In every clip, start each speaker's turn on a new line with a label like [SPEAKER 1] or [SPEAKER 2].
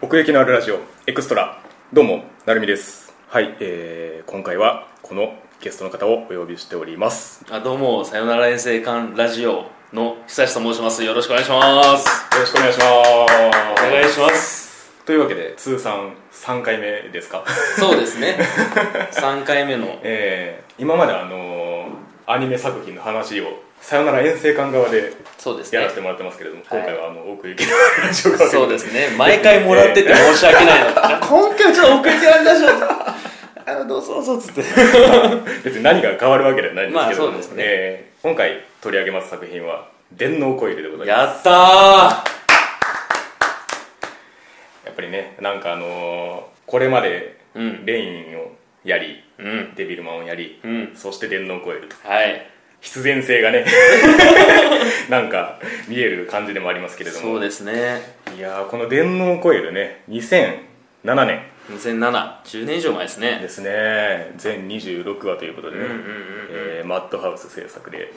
[SPEAKER 1] 奥行きのあるラジオエクストラどうもなるみですはい、えー、今回はこのゲストの方をお呼びしております
[SPEAKER 2] あどうもさよなら遠征館ラジオの久志と申しますよろしくお願いします
[SPEAKER 1] よろしくお願いし
[SPEAKER 2] お
[SPEAKER 1] ます
[SPEAKER 2] 願いします
[SPEAKER 1] というわけで通算3回目ですか
[SPEAKER 2] そうです ね3回目の
[SPEAKER 1] えー、今まであのーアニメ作品の話をさよなら遠征館側で
[SPEAKER 2] そうです
[SPEAKER 1] や
[SPEAKER 2] ね
[SPEAKER 1] らせてもらってますけれども、
[SPEAKER 2] はい
[SPEAKER 1] 今回はあの奥行きのあるラジオ側
[SPEAKER 2] そうですね毎回もらってて申し訳ないの今回はちょっと送りてられたしあのどうぞどうぞっつって
[SPEAKER 1] 別に何が変わるわけではないんですけれども、
[SPEAKER 2] まあそうですね
[SPEAKER 1] えー今回取り上げます作品は「電脳コイル」でございます
[SPEAKER 2] やったー
[SPEAKER 1] やっぱりねなんかあのーこれまで
[SPEAKER 2] うん
[SPEAKER 1] レインをやり、
[SPEAKER 2] うん
[SPEAKER 1] デビルマンをやり、
[SPEAKER 2] うん
[SPEAKER 1] そして電脳コイルと
[SPEAKER 2] はい
[SPEAKER 1] 必然性が ねなんか見える感じでもありますけれども
[SPEAKER 2] そうですね
[SPEAKER 1] いやーこの電脳コイルね2007年
[SPEAKER 2] 200710年以上前ですね
[SPEAKER 1] ですね全26話ということでね、
[SPEAKER 2] うんうんうん
[SPEAKER 1] えーマッドハウス制作で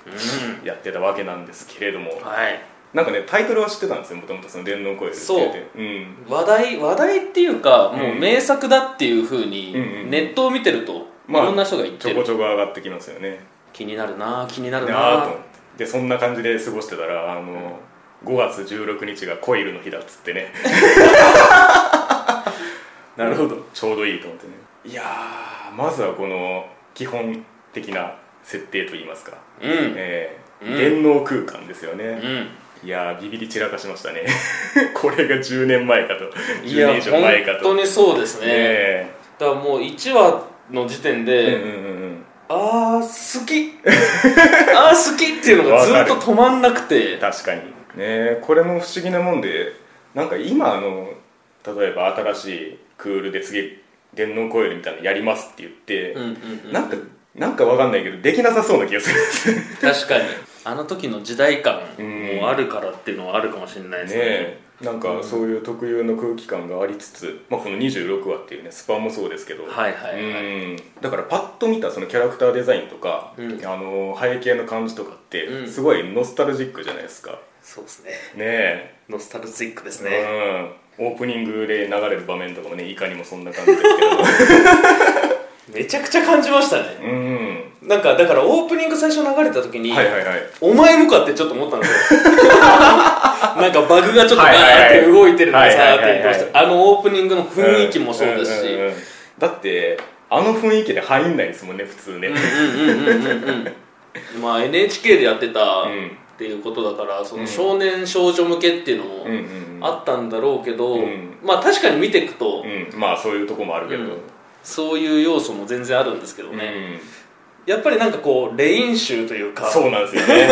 [SPEAKER 1] やってたわけなんですけれども、
[SPEAKER 2] うんはい
[SPEAKER 1] なんかねタイトルは知ってたんですよもともとその電脳コイルって言ってうん
[SPEAKER 2] 話題話題っていうかもううん名作だっていうふうに
[SPEAKER 1] うんうんうん
[SPEAKER 2] ネットを見てるとい
[SPEAKER 1] まあ
[SPEAKER 2] ろんな人が言っ
[SPEAKER 1] ち
[SPEAKER 2] て
[SPEAKER 1] ょ
[SPEAKER 2] る
[SPEAKER 1] こちょこ上がってきますよね
[SPEAKER 2] 気になるな気になる
[SPEAKER 1] なあと思
[SPEAKER 2] な
[SPEAKER 1] ってでそんな感じで過ごしてたらあの、5月16日がコイルの日だっつって ねなるほどちょうどいいと思ってねいやーまずはこの基本的な設定といいますか、
[SPEAKER 2] うん
[SPEAKER 1] えー
[SPEAKER 2] うん
[SPEAKER 1] 電脳空間ですよ
[SPEAKER 2] う
[SPEAKER 1] ね、
[SPEAKER 2] ん
[SPEAKER 1] いやービビり散らかしましたね これが10年前かと
[SPEAKER 2] い
[SPEAKER 1] 10
[SPEAKER 2] や
[SPEAKER 1] 年以上前か
[SPEAKER 2] 本
[SPEAKER 1] と
[SPEAKER 2] 当にそうですね、
[SPEAKER 1] え
[SPEAKER 2] だからもう1話の時点
[SPEAKER 1] え
[SPEAKER 2] で、
[SPEAKER 1] うんうんうんうん
[SPEAKER 2] ああ好き ああ好きっていうのがずっと止まんなく て
[SPEAKER 1] 確かにねえこれも不思議なもんでなんか今あの例えば新しいクールで次電脳コイルみたいなのやりますって言って、
[SPEAKER 2] うんうんうん
[SPEAKER 1] なんかなんかわかんないけどできなさそうな気がするんです ね
[SPEAKER 2] 確かにあの時の時代感
[SPEAKER 1] うん
[SPEAKER 2] もあるからっていうのはあるかもしれないですね
[SPEAKER 1] えなんかそういう特有の空気感がありつつ、まあ、この26話っていうねスパンもそうですけど、
[SPEAKER 2] はいはいはい
[SPEAKER 1] うんだからパッと見たそのキャラクターデザインとか、
[SPEAKER 2] うん
[SPEAKER 1] あの背景の感じとかって
[SPEAKER 2] うん
[SPEAKER 1] すごいノスタルジックじゃないですか、
[SPEAKER 2] そうですね
[SPEAKER 1] ねえ
[SPEAKER 2] ノスタルジックですね、
[SPEAKER 1] うん、オープニングで流れる場面とかもねいかにもそんな感じですけど
[SPEAKER 2] めちゃくちゃ感じましたね
[SPEAKER 1] うん
[SPEAKER 2] なんかだからオープニング最初流れた時に、
[SPEAKER 1] はいはいはい
[SPEAKER 2] お前もかってちょっと思ったん ですよなんかバグがちょっとガーって動いてるの
[SPEAKER 1] は
[SPEAKER 2] が
[SPEAKER 1] い
[SPEAKER 2] さ
[SPEAKER 1] はいはい
[SPEAKER 2] ーって移動してあのオープニングの雰囲気もそうですし
[SPEAKER 1] んんんうんだってあの雰囲気で入んないですもんね普通ね、
[SPEAKER 2] うんうんうんうんうんうんまあ NHK でやってた
[SPEAKER 1] う
[SPEAKER 2] っ
[SPEAKER 1] ん
[SPEAKER 2] ていうことだからそ
[SPEAKER 1] うん
[SPEAKER 2] の少年少女向けっていうの
[SPEAKER 1] うんうんう
[SPEAKER 2] も
[SPEAKER 1] ん
[SPEAKER 2] あったんだろうけど、
[SPEAKER 1] うん
[SPEAKER 2] まあ確かに見ていくと、
[SPEAKER 1] うんまあそういうとこもあるけど、
[SPEAKER 2] うんそういう要素も全然あるんですけど
[SPEAKER 1] うん
[SPEAKER 2] ね、やっぱりなんかこうレイン集というか
[SPEAKER 1] そうなんですよね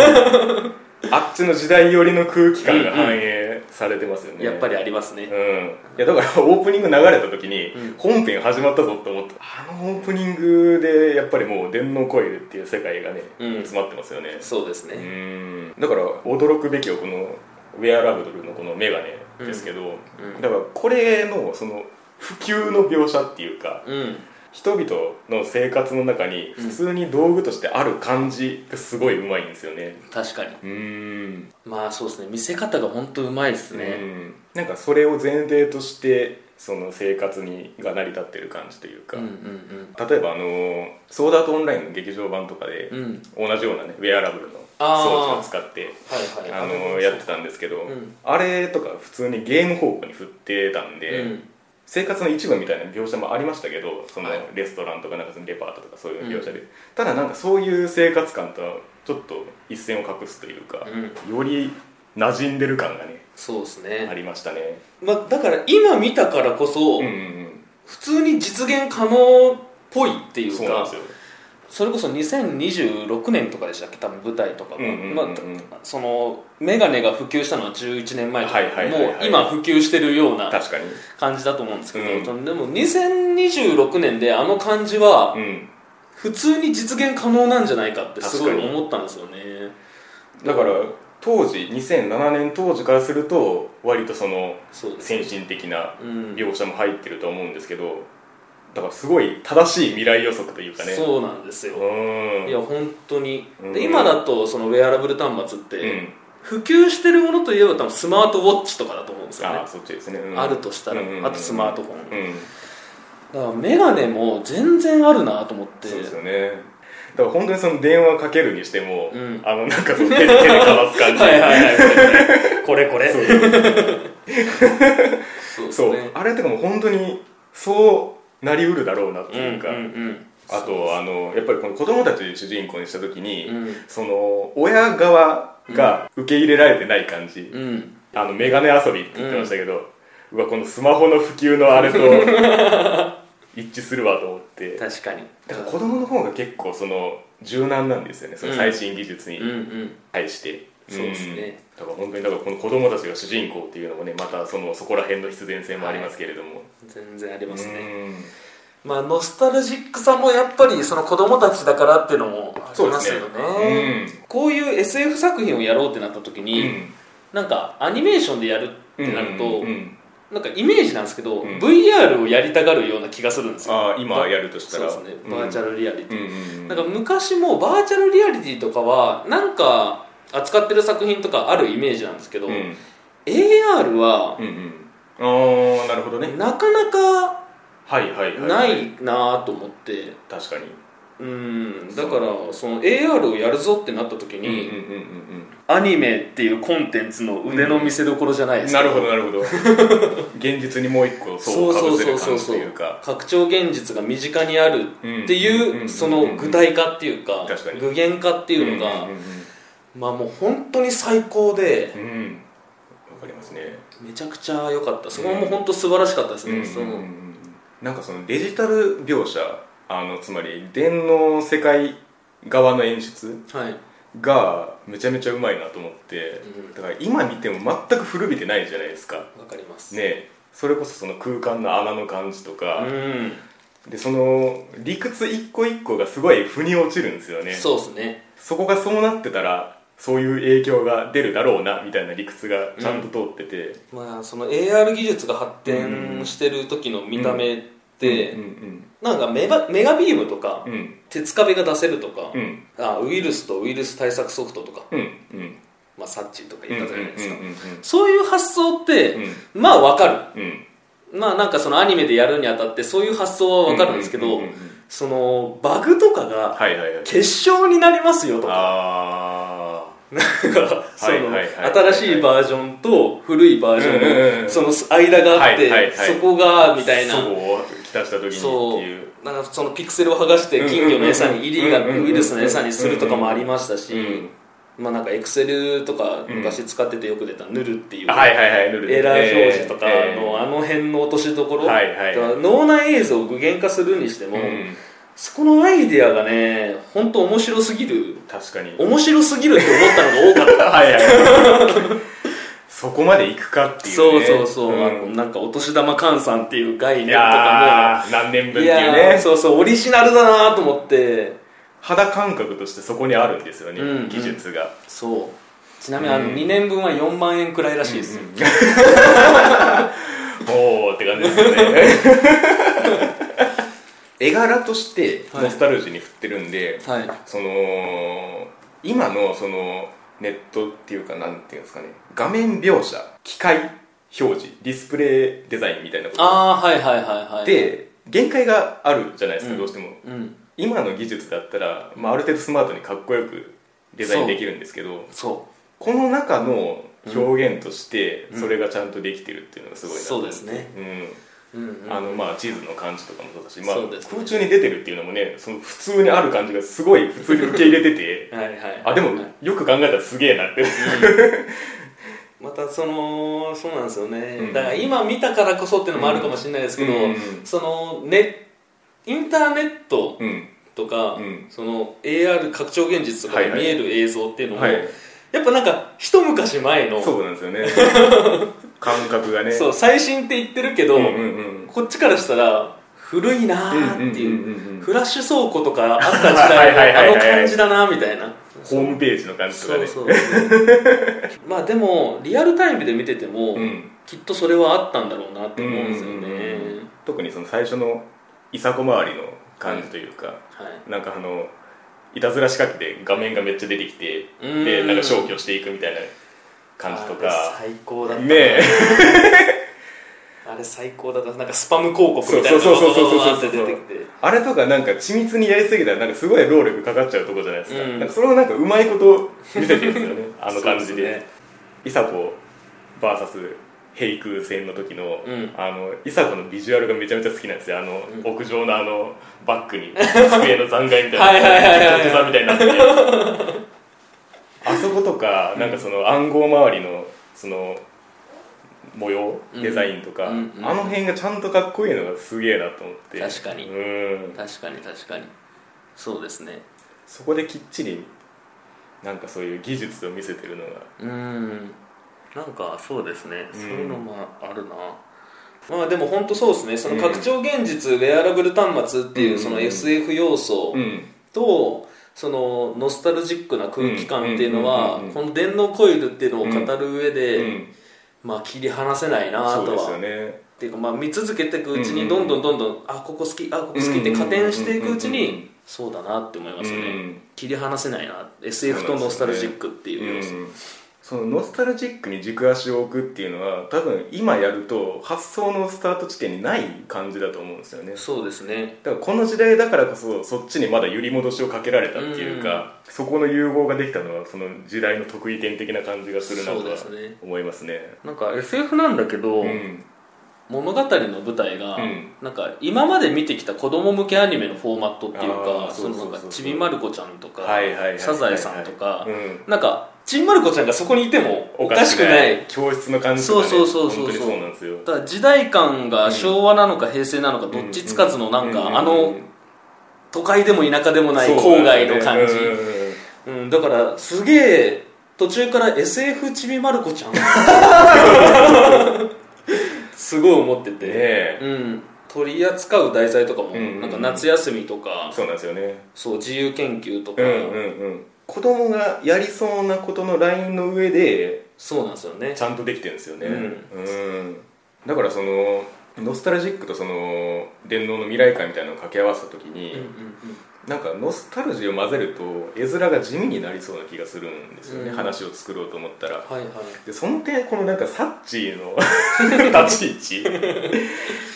[SPEAKER 1] あっちの時代寄りの空気感が反映されてますよね、
[SPEAKER 2] やっぱ
[SPEAKER 1] り
[SPEAKER 2] りありますね、
[SPEAKER 1] うん、いやだからオープニング流れた時に
[SPEAKER 2] うん
[SPEAKER 1] 本編始まったぞと思ったあのオープニングでやっぱりもう電脳コイルっていう世界がね、
[SPEAKER 2] うん
[SPEAKER 1] 詰まってますよね
[SPEAKER 2] そうですね、
[SPEAKER 1] うんだから驚くべきはこのウェアラブルのこのメガネですけど、
[SPEAKER 2] うん
[SPEAKER 1] だからこれのその普及の描写っていうか
[SPEAKER 2] うん
[SPEAKER 1] 人々の生活の中に普通に道具としてある感じがすごいうまいんですよね
[SPEAKER 2] 確かに
[SPEAKER 1] うん
[SPEAKER 2] まあそうですね見せ方が本当うまいですね、
[SPEAKER 1] うん、なんかそれを前提としてその生活にが成り立ってる感じというか、
[SPEAKER 2] うんうん
[SPEAKER 1] 例えばあのーソーダアートオンラインの劇場版とかで、
[SPEAKER 2] うんうん
[SPEAKER 1] 同じようなねウェアラブルの装
[SPEAKER 2] あー
[SPEAKER 1] 置を使って
[SPEAKER 2] はいは
[SPEAKER 1] あ
[SPEAKER 2] い
[SPEAKER 1] のーやってたんですけど、
[SPEAKER 2] うん
[SPEAKER 1] あれとか普通にゲーム方向に振ってたんで、
[SPEAKER 2] うん
[SPEAKER 1] 生活の一部みたいな描写もありましたけどその
[SPEAKER 2] はい
[SPEAKER 1] レストランとかなんかそのデパートとかそういう描写で、ただなんかそういう生活感とはちょっと一線を画すというか、より馴染んでる感がね
[SPEAKER 2] そうです
[SPEAKER 1] あ
[SPEAKER 2] ね、
[SPEAKER 1] りましたね
[SPEAKER 2] まあ、だから今見たからこそ、
[SPEAKER 1] うんうん
[SPEAKER 2] 普通に実現可能っぽいって
[SPEAKER 1] う
[SPEAKER 2] い
[SPEAKER 1] ん、
[SPEAKER 2] う
[SPEAKER 1] そうなん
[SPEAKER 2] か
[SPEAKER 1] です
[SPEAKER 2] そ
[SPEAKER 1] よ
[SPEAKER 2] れこそ2026年とかでしたっけ多分舞台とかが、
[SPEAKER 1] うんうんうんうん
[SPEAKER 2] まあ、その眼鏡が普及したのは11年前とか、
[SPEAKER 1] はいはいはいはい
[SPEAKER 2] もう今普及してるような
[SPEAKER 1] 確かに
[SPEAKER 2] 感じだと思うんですけど、
[SPEAKER 1] う
[SPEAKER 2] でも2026年であの感じは
[SPEAKER 1] うん
[SPEAKER 2] 普通に実現可能なんじゃないかってすごい
[SPEAKER 1] 確かに
[SPEAKER 2] 思ったんですよね
[SPEAKER 1] だから当時2007年当時からすると割とその
[SPEAKER 2] そうです
[SPEAKER 1] 先進的な
[SPEAKER 2] うん
[SPEAKER 1] 描写も入ってると思うんですけどだからすごい正しい未来予測というかね
[SPEAKER 2] そうなんですよ
[SPEAKER 1] うーん
[SPEAKER 2] いや本当に
[SPEAKER 1] うん
[SPEAKER 2] で今だとそのウェアラブル端末って
[SPEAKER 1] う
[SPEAKER 2] 普及してるものといえば多分スマートウォッチとかだと思うんですよね
[SPEAKER 1] ああそっちですね、うん
[SPEAKER 2] あるとしたらあとスマートフォン
[SPEAKER 1] うん
[SPEAKER 2] だからメガネも全然あるなと思って
[SPEAKER 1] そうですよねだから本当にその電話かけるにしても、
[SPEAKER 2] うん
[SPEAKER 1] あのなんかその手で手でかわす感じ
[SPEAKER 2] はいはい はいこれこれ
[SPEAKER 1] そう
[SPEAKER 2] そうです
[SPEAKER 1] そう、
[SPEAKER 2] ね
[SPEAKER 1] あれとかも本当にそうなりうるだろうなって
[SPEAKER 2] うん
[SPEAKER 1] いううんか、
[SPEAKER 2] うん
[SPEAKER 1] あとあのやっぱりこの子供たちを主人公にした時に、
[SPEAKER 2] うん
[SPEAKER 1] その親側が受け入れられてない感じ、
[SPEAKER 2] うん
[SPEAKER 1] あのメガネ遊びって言ってましたけど、うわこのスマホの普及のあ れと一致するわと思って
[SPEAKER 2] 確かに
[SPEAKER 1] だから子供の方が結構その柔軟なんですよねその最新技術に
[SPEAKER 2] うんうん
[SPEAKER 1] 対して、
[SPEAKER 2] うんそうですね
[SPEAKER 1] うんだから本当にだからこの子供たちが主人公っていうのもねまたそのそこら辺の必然性もありますけれども、
[SPEAKER 2] 全然ありますね、
[SPEAKER 1] うん
[SPEAKER 2] まあ、ノスタルジックさもやっぱりその子供たちだからっていうのもありますよね
[SPEAKER 1] そうですね
[SPEAKER 2] こういう SF 作品をやろうってなった時に、なんかアニメーションでやるってなると、
[SPEAKER 1] うんうんうん
[SPEAKER 2] なんかイメージなんですけど、
[SPEAKER 1] うん
[SPEAKER 2] VR をやりたがるような気がするんですよ
[SPEAKER 1] ああ今やるとした
[SPEAKER 2] そう
[SPEAKER 1] ら
[SPEAKER 2] ですねバーチャ
[SPEAKER 1] ル、
[SPEAKER 2] ルリアリテ
[SPEAKER 1] う
[SPEAKER 2] ィ、
[SPEAKER 1] んうんうん、
[SPEAKER 2] なんか昔もバーチャルリアリティとかはなんか扱ってる作品とかあるイメージなんですけど、
[SPEAKER 1] うん
[SPEAKER 2] AR は
[SPEAKER 1] うんうんああなるほどね
[SPEAKER 2] なかなか
[SPEAKER 1] はいはいはい
[SPEAKER 2] な
[SPEAKER 1] はい
[SPEAKER 2] なと思って、
[SPEAKER 1] 確かに
[SPEAKER 2] うんだからその AR をやるぞってなった時
[SPEAKER 1] うんうん
[SPEAKER 2] に、
[SPEAKER 1] うんうん
[SPEAKER 2] アニメっていうコンテンツの腕の見せどころじゃない
[SPEAKER 1] うん
[SPEAKER 2] ですか、
[SPEAKER 1] なるほどなるほ ど現実にもう一個
[SPEAKER 2] そ
[SPEAKER 1] そううか
[SPEAKER 2] そう
[SPEAKER 1] ぶせ
[SPEAKER 2] そ
[SPEAKER 1] る
[SPEAKER 2] うそ
[SPEAKER 1] 感
[SPEAKER 2] う
[SPEAKER 1] じ
[SPEAKER 2] そ
[SPEAKER 1] といううか
[SPEAKER 2] 拡張現実が身近にあるっ
[SPEAKER 1] う
[SPEAKER 2] て
[SPEAKER 1] んうんうん
[SPEAKER 2] い
[SPEAKER 1] うん
[SPEAKER 2] うその具体化っていうか
[SPEAKER 1] 確かに
[SPEAKER 2] 具現化っていうの
[SPEAKER 1] ん
[SPEAKER 2] が
[SPEAKER 1] ん
[SPEAKER 2] まあもう本当に最高で
[SPEAKER 1] うんうんうんわかりますね
[SPEAKER 2] めちゃくちゃ良かったそこも本当素晴らしかったですねそ
[SPEAKER 1] うんうんうんう
[SPEAKER 2] の
[SPEAKER 1] んなんかそのデジタル描写あのつまり電脳世界側の演出
[SPEAKER 2] はい
[SPEAKER 1] がめちゃめちゃうまいなと思って、
[SPEAKER 2] うん
[SPEAKER 1] だから今見ても全く古びてないじゃないですか
[SPEAKER 2] わかります
[SPEAKER 1] ねそれこそその空間の穴の感じと
[SPEAKER 2] う
[SPEAKER 1] か、
[SPEAKER 2] ん
[SPEAKER 1] でその理屈一個一個がすごい腑に落ちるんですよね
[SPEAKER 2] そうですね
[SPEAKER 1] そこがそうなってたらそういう影響が出るだろうなみたいな理屈がちゃんと通ってて、
[SPEAKER 2] まあその AR 技術が発展してる時の見た目って
[SPEAKER 1] うんうん
[SPEAKER 2] なんかメガメガビームとか
[SPEAKER 1] うん
[SPEAKER 2] 鉄壁が出せるとか
[SPEAKER 1] うん
[SPEAKER 2] あウイルスとウイルス対策ソフトとか
[SPEAKER 1] うんうん
[SPEAKER 2] まあサッチーとか
[SPEAKER 1] うん
[SPEAKER 2] 言ったじゃないですか
[SPEAKER 1] うんうんうんうん
[SPEAKER 2] そういう発想って、
[SPEAKER 1] う
[SPEAKER 2] まあわか
[SPEAKER 1] うん
[SPEAKER 2] るまあなんかそのアニメでやるにあたってそういう発想はわかるんですけど、
[SPEAKER 1] うううんうん
[SPEAKER 2] そのバグとかが
[SPEAKER 1] はいはいはい
[SPEAKER 2] 結晶になりますよとか
[SPEAKER 1] あ
[SPEAKER 2] なんかその
[SPEAKER 1] はいはいはい
[SPEAKER 2] 新しいバージョンと古いバージ
[SPEAKER 1] うんう
[SPEAKER 2] ョン
[SPEAKER 1] んう
[SPEAKER 2] の
[SPEAKER 1] ん
[SPEAKER 2] その間があって、
[SPEAKER 1] はいはいはい
[SPEAKER 2] そこが
[SPEAKER 1] あ
[SPEAKER 2] みたいな
[SPEAKER 1] そこを浸した時にって
[SPEAKER 2] そう
[SPEAKER 1] いう
[SPEAKER 2] なんかそのピクセルを剥がして金魚の餌にイリーが
[SPEAKER 1] うんうんうんうん
[SPEAKER 2] ウイルスの餌にするとかもありましたし、
[SPEAKER 1] うん
[SPEAKER 2] まあなんかエクセルとか昔使っててよく出たヌルっていう、
[SPEAKER 1] あはいはいはいルール
[SPEAKER 2] エラー表示とか
[SPEAKER 1] えー
[SPEAKER 2] のあの辺の落としどころ、
[SPEAKER 1] はいはい
[SPEAKER 2] だから脳内映像を具現化するにしても、
[SPEAKER 1] うん
[SPEAKER 2] そこのアイデアがね本当面白すぎる
[SPEAKER 1] 確かに
[SPEAKER 2] 面白すぎるって思ったのが多かっ
[SPEAKER 1] はいはいそこまで行くかって
[SPEAKER 2] た
[SPEAKER 1] いう
[SPEAKER 2] そう
[SPEAKER 1] ね
[SPEAKER 2] そうそう、
[SPEAKER 1] ん
[SPEAKER 2] あのなんかお年玉換算っていう概
[SPEAKER 1] い
[SPEAKER 2] 念とか
[SPEAKER 1] やー何年
[SPEAKER 2] も
[SPEAKER 1] 分っ
[SPEAKER 2] い
[SPEAKER 1] ていう
[SPEAKER 2] やー
[SPEAKER 1] ね
[SPEAKER 2] そうそうオリジナルだなと思って
[SPEAKER 1] 肌感覚としてそこにあるんですよね、
[SPEAKER 2] うんうん
[SPEAKER 1] 技術が
[SPEAKER 2] そうちなみにあ
[SPEAKER 1] う
[SPEAKER 2] の
[SPEAKER 1] ん
[SPEAKER 2] 2年分は4万円くらいらしいですよ、
[SPEAKER 1] おおって感じですよ ね 絵柄として
[SPEAKER 2] はい
[SPEAKER 1] ノスタルジーに振ってるんで、
[SPEAKER 2] はい
[SPEAKER 1] その今のそのネットっていうかなんていうんですかね画面描写機械表示ディスプレイデザインみたいなこと
[SPEAKER 2] ああはいはいはいはい
[SPEAKER 1] で限界があるじゃないですか、
[SPEAKER 2] うん
[SPEAKER 1] どうしても
[SPEAKER 2] うん
[SPEAKER 1] 今の技術だったら、まあ、ある程度スマートにかっこよくデザインできるんですけど
[SPEAKER 2] そ
[SPEAKER 1] この中の表現としてそれがちゃんとできてるっていうのがす
[SPEAKER 2] う
[SPEAKER 1] ごいな
[SPEAKER 2] そうですね
[SPEAKER 1] うん
[SPEAKER 2] うんうん
[SPEAKER 1] あのまあ地図の感じとかもそうだし、まあ
[SPEAKER 2] そうですね
[SPEAKER 1] 空中に出てるっていうのもねその普通にある感じがすごい普通に受け入れて て
[SPEAKER 2] はいはい
[SPEAKER 1] あでも
[SPEAKER 2] はい
[SPEAKER 1] よく考えたらすげえなって
[SPEAKER 2] またそのそうなんですよね、
[SPEAKER 1] うん
[SPEAKER 2] だから今見たからこそっていうのもあるかもしれないですけど、
[SPEAKER 1] うん
[SPEAKER 2] そのねインターネット
[SPEAKER 1] うん
[SPEAKER 2] とか、
[SPEAKER 1] うん
[SPEAKER 2] その AR 拡張現実とかで
[SPEAKER 1] はいは
[SPEAKER 2] 見
[SPEAKER 1] い
[SPEAKER 2] える映像っていうのも、
[SPEAKER 1] はい
[SPEAKER 2] やっぱなんか一昔前の
[SPEAKER 1] そうなんですよね 感覚がね
[SPEAKER 2] そう最新って言ってるけど、
[SPEAKER 1] うんうんうん
[SPEAKER 2] こっちからしたら古いなーっていう,、
[SPEAKER 1] うんうんうんうんうん
[SPEAKER 2] フラッシュ倉庫とかあった時
[SPEAKER 1] はいはいはい
[SPEAKER 2] 代のあ
[SPEAKER 1] はい
[SPEAKER 2] の感じだなみたいな
[SPEAKER 1] ホームページの感じとか
[SPEAKER 2] そう
[SPEAKER 1] ね
[SPEAKER 2] そうそうまあでもリアルタイムで見てても、
[SPEAKER 1] うん
[SPEAKER 2] きっとそれはあったんだろうなって思うんですよね、
[SPEAKER 1] 特にその最初のいさこ回りの感じというか、
[SPEAKER 2] はい
[SPEAKER 1] なんかあのいたずら仕掛けで画面がめっちゃ出てきて
[SPEAKER 2] うん
[SPEAKER 1] でなんか消去していくみたいな感じと
[SPEAKER 2] あ
[SPEAKER 1] か
[SPEAKER 2] れ最高だった
[SPEAKER 1] ねえ
[SPEAKER 2] あれ最高だったなんかスパム広告みたい
[SPEAKER 1] そう
[SPEAKER 2] な
[SPEAKER 1] そうそうそう
[SPEAKER 2] ドドドドド
[SPEAKER 1] そう
[SPEAKER 2] ドって出てきて
[SPEAKER 1] あれとかなんか緻密にやりすぎたらなんかすごい労力かかっちゃうとこじゃないですか,、
[SPEAKER 2] うん
[SPEAKER 1] なんかそれをなんかうまいこと見せてるんです よねあの感じ
[SPEAKER 2] そう
[SPEAKER 1] で
[SPEAKER 2] ですね
[SPEAKER 1] イサコ VS ヘイク戦の時の、
[SPEAKER 2] うん
[SPEAKER 1] あのイサコのビジュアルがめちゃめちゃ好きなんですよあの、
[SPEAKER 2] う
[SPEAKER 1] 屋上のあのバッグ に机の残骸みたいな
[SPEAKER 2] はいはいはいはい
[SPEAKER 1] 土下座みたいになってるあそことかなんかその暗号周りのその模様、
[SPEAKER 2] うん
[SPEAKER 1] デザインとか、
[SPEAKER 2] うんうん
[SPEAKER 1] あの辺がちゃんとかっこいいのがすげえなと思って
[SPEAKER 2] 確かに
[SPEAKER 1] うん
[SPEAKER 2] 確かに確かにそうですね
[SPEAKER 1] そこできっちりなんかそういう技術を見せてるのが
[SPEAKER 2] うーんなんかそうですね、そういうのもあるなまあでも本当そうですねその拡張現実、ウェアラブル端末っていううんその SF 要素
[SPEAKER 1] ん
[SPEAKER 2] とそのノスタルジックな空気感っていうの
[SPEAKER 1] うんうん
[SPEAKER 2] は
[SPEAKER 1] うんうん
[SPEAKER 2] この電脳コイルっていうのを語る上
[SPEAKER 1] う
[SPEAKER 2] で
[SPEAKER 1] ん
[SPEAKER 2] まあ切り離せないな
[SPEAKER 1] そう
[SPEAKER 2] と
[SPEAKER 1] ですよ
[SPEAKER 2] は
[SPEAKER 1] ね
[SPEAKER 2] っていうかまあ見続けていくうち
[SPEAKER 1] うん
[SPEAKER 2] に
[SPEAKER 1] うん
[SPEAKER 2] ど
[SPEAKER 1] うん
[SPEAKER 2] んどんどんどんあここ好きあここ好きって加点していくうち
[SPEAKER 1] うんうんうんうん
[SPEAKER 2] にそうだなって思いますよ
[SPEAKER 1] う
[SPEAKER 2] ね
[SPEAKER 1] ん
[SPEAKER 2] 切り離せないな SF とノスタルジックっていう要素
[SPEAKER 1] んそのノスタルジックに軸足を置くっていうのは多分今やると発想のスタート地点にない感じだと思うんですよね
[SPEAKER 2] そうですね
[SPEAKER 1] だからこの時代だからこそそっちにまだ揺り戻しをかけられたっていうか、そこの融合ができたのはその時代の得意点的な感じがするなとは
[SPEAKER 2] そうですね
[SPEAKER 1] 思いますね
[SPEAKER 2] なんか SF なんだけど、
[SPEAKER 1] うん
[SPEAKER 2] 物語の舞台が、
[SPEAKER 1] うん
[SPEAKER 2] なんか今まで見てきた子供向けアニメのフォーマットっていう
[SPEAKER 1] あー
[SPEAKER 2] か
[SPEAKER 1] そ
[SPEAKER 2] そうの
[SPEAKER 1] そうそうそう
[SPEAKER 2] なんかちびまる子ちゃんとか、
[SPEAKER 1] はいはいはいはいはい
[SPEAKER 2] サザエさんとか、
[SPEAKER 1] うん
[SPEAKER 2] なんかちびまる子ちゃんがそこにいてもおかしくない
[SPEAKER 1] 教室の感じとか、ね、
[SPEAKER 2] そうそうそうそう
[SPEAKER 1] 本当にそうなんですよ
[SPEAKER 2] ただ時代感が昭和なのか平成なのかどっちつかずのなんか、あの都会でも田舎でもない郊外の感じ、うんだからすげえ途中から SF ちびまる子ちゃ んすごい思ってて、
[SPEAKER 1] で、ねえ
[SPEAKER 2] うん、取り扱う題材とかも、
[SPEAKER 1] んうんうん
[SPEAKER 2] なんか夏休みとか
[SPEAKER 1] そうなんですよね
[SPEAKER 2] そう自由研究とか、
[SPEAKER 1] うんうんうん子供がやりそうなことのラインの上で
[SPEAKER 2] そうなんですよね
[SPEAKER 1] ちゃんとできてるんですよね
[SPEAKER 2] う
[SPEAKER 1] うんだからそのノスタルジックとその電脳の未来感みたいなのを掛け合わせた時に、
[SPEAKER 2] うんうん
[SPEAKER 1] なんかノスタルジーを混ぜると絵面が地味になりそうな気がするんですよね、
[SPEAKER 2] うん
[SPEAKER 1] 話を作ろうと思ったら
[SPEAKER 2] うんはいはい
[SPEAKER 1] でその点このなんかサッチーの 立ち位置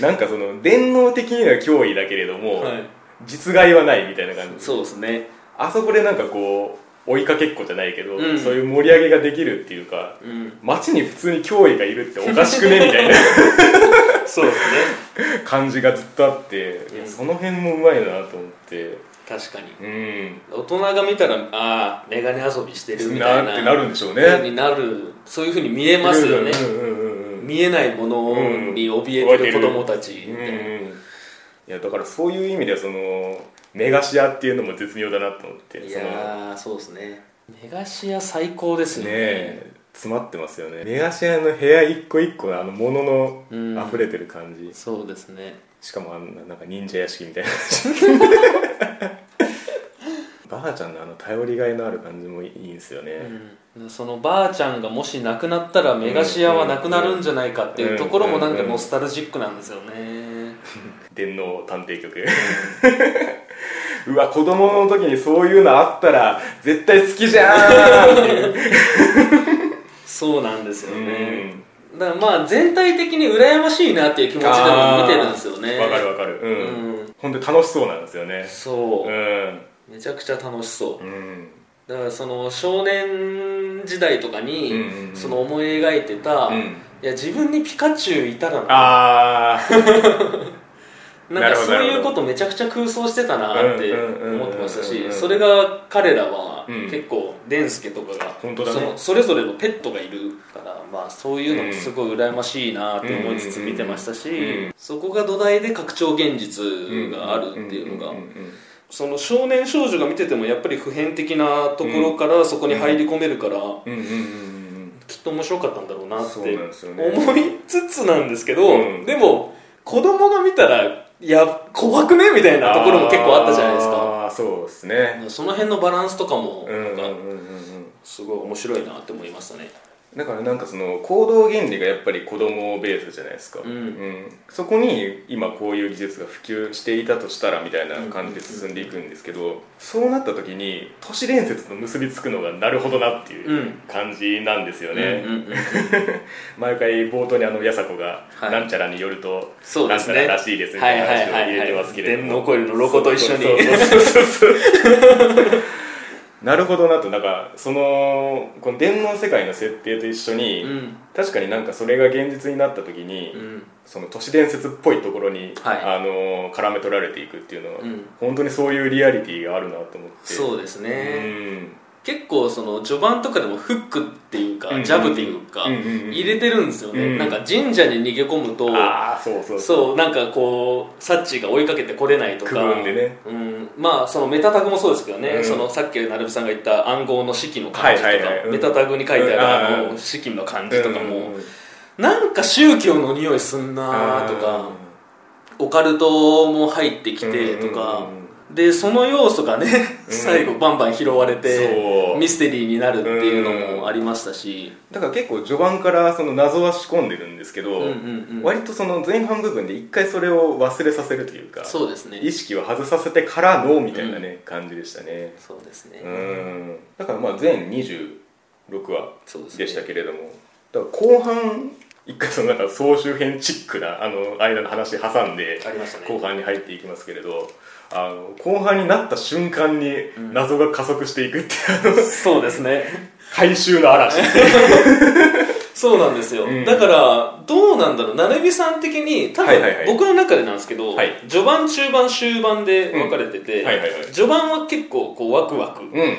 [SPEAKER 1] なんかその電脳的には脅威だけれども、
[SPEAKER 2] はい
[SPEAKER 1] 実害はないみたいな感じ
[SPEAKER 2] そうですね
[SPEAKER 1] あそこでなんかこう追いかけっこじゃないけど、
[SPEAKER 2] うん
[SPEAKER 1] そういう盛り上げができるっていうか
[SPEAKER 2] うん
[SPEAKER 1] 街に普通に脅威がいるっておかしくねみたいな
[SPEAKER 2] そうですね
[SPEAKER 1] 感じがずっとあって、いや
[SPEAKER 2] うん
[SPEAKER 1] その辺もうまいなと思って
[SPEAKER 2] 確かに
[SPEAKER 1] うん
[SPEAKER 2] 大人が見たらああ眼鏡遊びしてるみ
[SPEAKER 1] な
[SPEAKER 2] た
[SPEAKER 1] いん
[SPEAKER 2] な
[SPEAKER 1] てなるんでしょう
[SPEAKER 2] 風
[SPEAKER 1] ね
[SPEAKER 2] になるそういうふうに見えますよね、
[SPEAKER 1] うんうんうんうん
[SPEAKER 2] 見えないものに怯えてる子供たちみたい
[SPEAKER 1] う
[SPEAKER 2] な、
[SPEAKER 1] んいやだからそういう意味ではそのメガシアっていうのも絶妙だなと思って
[SPEAKER 2] い
[SPEAKER 1] そのね
[SPEAKER 2] やーそうですねメガシア最高ですよね
[SPEAKER 1] え詰まってますよねメガシアの部屋一個一個のあの物
[SPEAKER 2] うん
[SPEAKER 1] の溢れてる感じ、
[SPEAKER 2] そうですね
[SPEAKER 1] しかもあんななんか忍者屋敷み たいなばあちゃんのあの頼りがいのある感じもいいんですよね、
[SPEAKER 2] うんそのばあちゃんがもし亡くなったらメガシアはなくなるんじゃないかっていうところもなんかノスタルジックなんですよね
[SPEAKER 1] 電脳探偵局 うわ子供の時にそういうのあったら絶対好きじゃーんっていう
[SPEAKER 2] そうなんですよね
[SPEAKER 1] うん
[SPEAKER 2] だからまあ全体的に羨ましいなっていう気持ちでも見てるんですよね
[SPEAKER 1] わかるわかるうん、
[SPEAKER 2] うん
[SPEAKER 1] ほんで楽しそうなんですよね
[SPEAKER 2] そううんめちゃくちゃ楽しそう
[SPEAKER 1] うん
[SPEAKER 2] だからその少年時代とかに
[SPEAKER 1] うんうんうん
[SPEAKER 2] その思い描いてた、
[SPEAKER 1] うん
[SPEAKER 2] いや自分にピカチュウいたらな
[SPEAKER 1] ああ
[SPEAKER 2] なんかそう
[SPEAKER 1] なるほどなる
[SPEAKER 2] い
[SPEAKER 1] ほ
[SPEAKER 2] う
[SPEAKER 1] ど
[SPEAKER 2] ことめちゃくちゃ空想してたなって
[SPEAKER 1] うんうんうんうんうん
[SPEAKER 2] 思ってましたしそれが彼らは
[SPEAKER 1] うん
[SPEAKER 2] 結構デンスケとかが
[SPEAKER 1] 本当だね
[SPEAKER 2] そのそれぞれのペットがいるからまあそういうのもすごい羨ましいなって思いつつ見てましたし
[SPEAKER 1] うんうん
[SPEAKER 2] そこが土台で拡張現実があるっていうのが
[SPEAKER 1] んんうん
[SPEAKER 2] その少年少女が見ててもやっぱり普遍的なところからそこに入り込めるから
[SPEAKER 1] うんうんうん
[SPEAKER 2] きっと面白かったんだろうなっ
[SPEAKER 1] そうなんですよね
[SPEAKER 2] て思いつつなんですけど
[SPEAKER 1] うん
[SPEAKER 2] でも子供が見たらいや怖くねみたいなところも結構あったじゃないですか
[SPEAKER 1] ああそうですね
[SPEAKER 2] その辺のバランスとかも
[SPEAKER 1] うんうんうん
[SPEAKER 2] なんか
[SPEAKER 1] うんうん
[SPEAKER 2] すごい面白いなって思いましたね
[SPEAKER 1] だからなんかその行動原理がやっぱり子供ベースじゃないですか、
[SPEAKER 2] うん
[SPEAKER 1] そこに今こういう技術が普及していたとしたらみたいな感じで進んでいくんですけど、そうなった時に都市伝説と結びつくのがなるほどなっていう感じなんですよね、
[SPEAKER 2] うんうんうん
[SPEAKER 1] 毎回冒頭にあのやさこが、
[SPEAKER 2] はい
[SPEAKER 1] なんちゃらによると
[SPEAKER 2] そうですね
[SPEAKER 1] なんちゃららしいですみたいな話を入れてますけれども
[SPEAKER 2] はいはいはいはい電脳コイルのロゴと一緒に
[SPEAKER 1] そうそうそうそうなるほどなとなんかそのこの電脳世界の設定と一緒に、
[SPEAKER 2] うん
[SPEAKER 1] 確かになんかそれが現実になった時に、
[SPEAKER 2] うん
[SPEAKER 1] その都市伝説っぽいところに、
[SPEAKER 2] はい
[SPEAKER 1] あの絡め取られていくっていうのは、
[SPEAKER 2] うん
[SPEAKER 1] 本当にそういうリアリティがあるなと思って
[SPEAKER 2] そうです
[SPEAKER 1] う
[SPEAKER 2] ね、
[SPEAKER 1] ん
[SPEAKER 2] 結構その序盤とかでもフックっていうか、
[SPEAKER 1] うん
[SPEAKER 2] ジャブっていうか、
[SPEAKER 1] うんうんうん
[SPEAKER 2] 入れてるんですよね、
[SPEAKER 1] うん
[SPEAKER 2] なんか神社に逃げ込むと
[SPEAKER 1] ああそうそう
[SPEAKER 2] そうなんかこうサッチーが追いかけてこれないとか
[SPEAKER 1] 区分でね
[SPEAKER 2] うん、まあそのメタタグもそうですけどね、
[SPEAKER 1] うん
[SPEAKER 2] そのさっき成部さんが言った暗号の式の感じとか、
[SPEAKER 1] はいはいはいうん
[SPEAKER 2] メタタグに書いてあるあ
[SPEAKER 1] う
[SPEAKER 2] の
[SPEAKER 1] ん
[SPEAKER 2] 式の感じとかも、
[SPEAKER 1] うんうんうん
[SPEAKER 2] なんか宗教の匂いすんなーとか、オカルトも入ってきてと
[SPEAKER 1] う
[SPEAKER 2] か、
[SPEAKER 1] んうん
[SPEAKER 2] でその要素がね最後バンバン拾われて、
[SPEAKER 1] そう
[SPEAKER 2] ミステリーになるっていうのもありましたし、
[SPEAKER 1] だから結構序盤からその謎は仕込んでるんですけど、
[SPEAKER 2] うんうんうん
[SPEAKER 1] 割とその前半部分で一回それを忘れさせるというか
[SPEAKER 2] そうですね
[SPEAKER 1] 意識を外させてからのみたいなね、感じでしたね
[SPEAKER 2] そうですね、
[SPEAKER 1] うんだからまあ全26話
[SPEAKER 2] そうですね
[SPEAKER 1] でしたけれども、だから後半一回そのなんか総集編チックなあの間の話挟んで
[SPEAKER 2] ありましたね
[SPEAKER 1] 後半に入っていきますけれどあの後半になった瞬間に謎が加速していくっていう、あの
[SPEAKER 2] そうですね
[SPEAKER 1] 回収の嵐
[SPEAKER 2] そうなんですよ、
[SPEAKER 1] うん
[SPEAKER 2] だからどうなんだろう成美さん的に多分、
[SPEAKER 1] はいはいはい
[SPEAKER 2] 僕の中でなんですけど、
[SPEAKER 1] はい
[SPEAKER 2] 序盤中盤終盤で分かれてて、
[SPEAKER 1] うん はいはいはい
[SPEAKER 2] 序盤は結構こうワクワク、
[SPEAKER 1] うん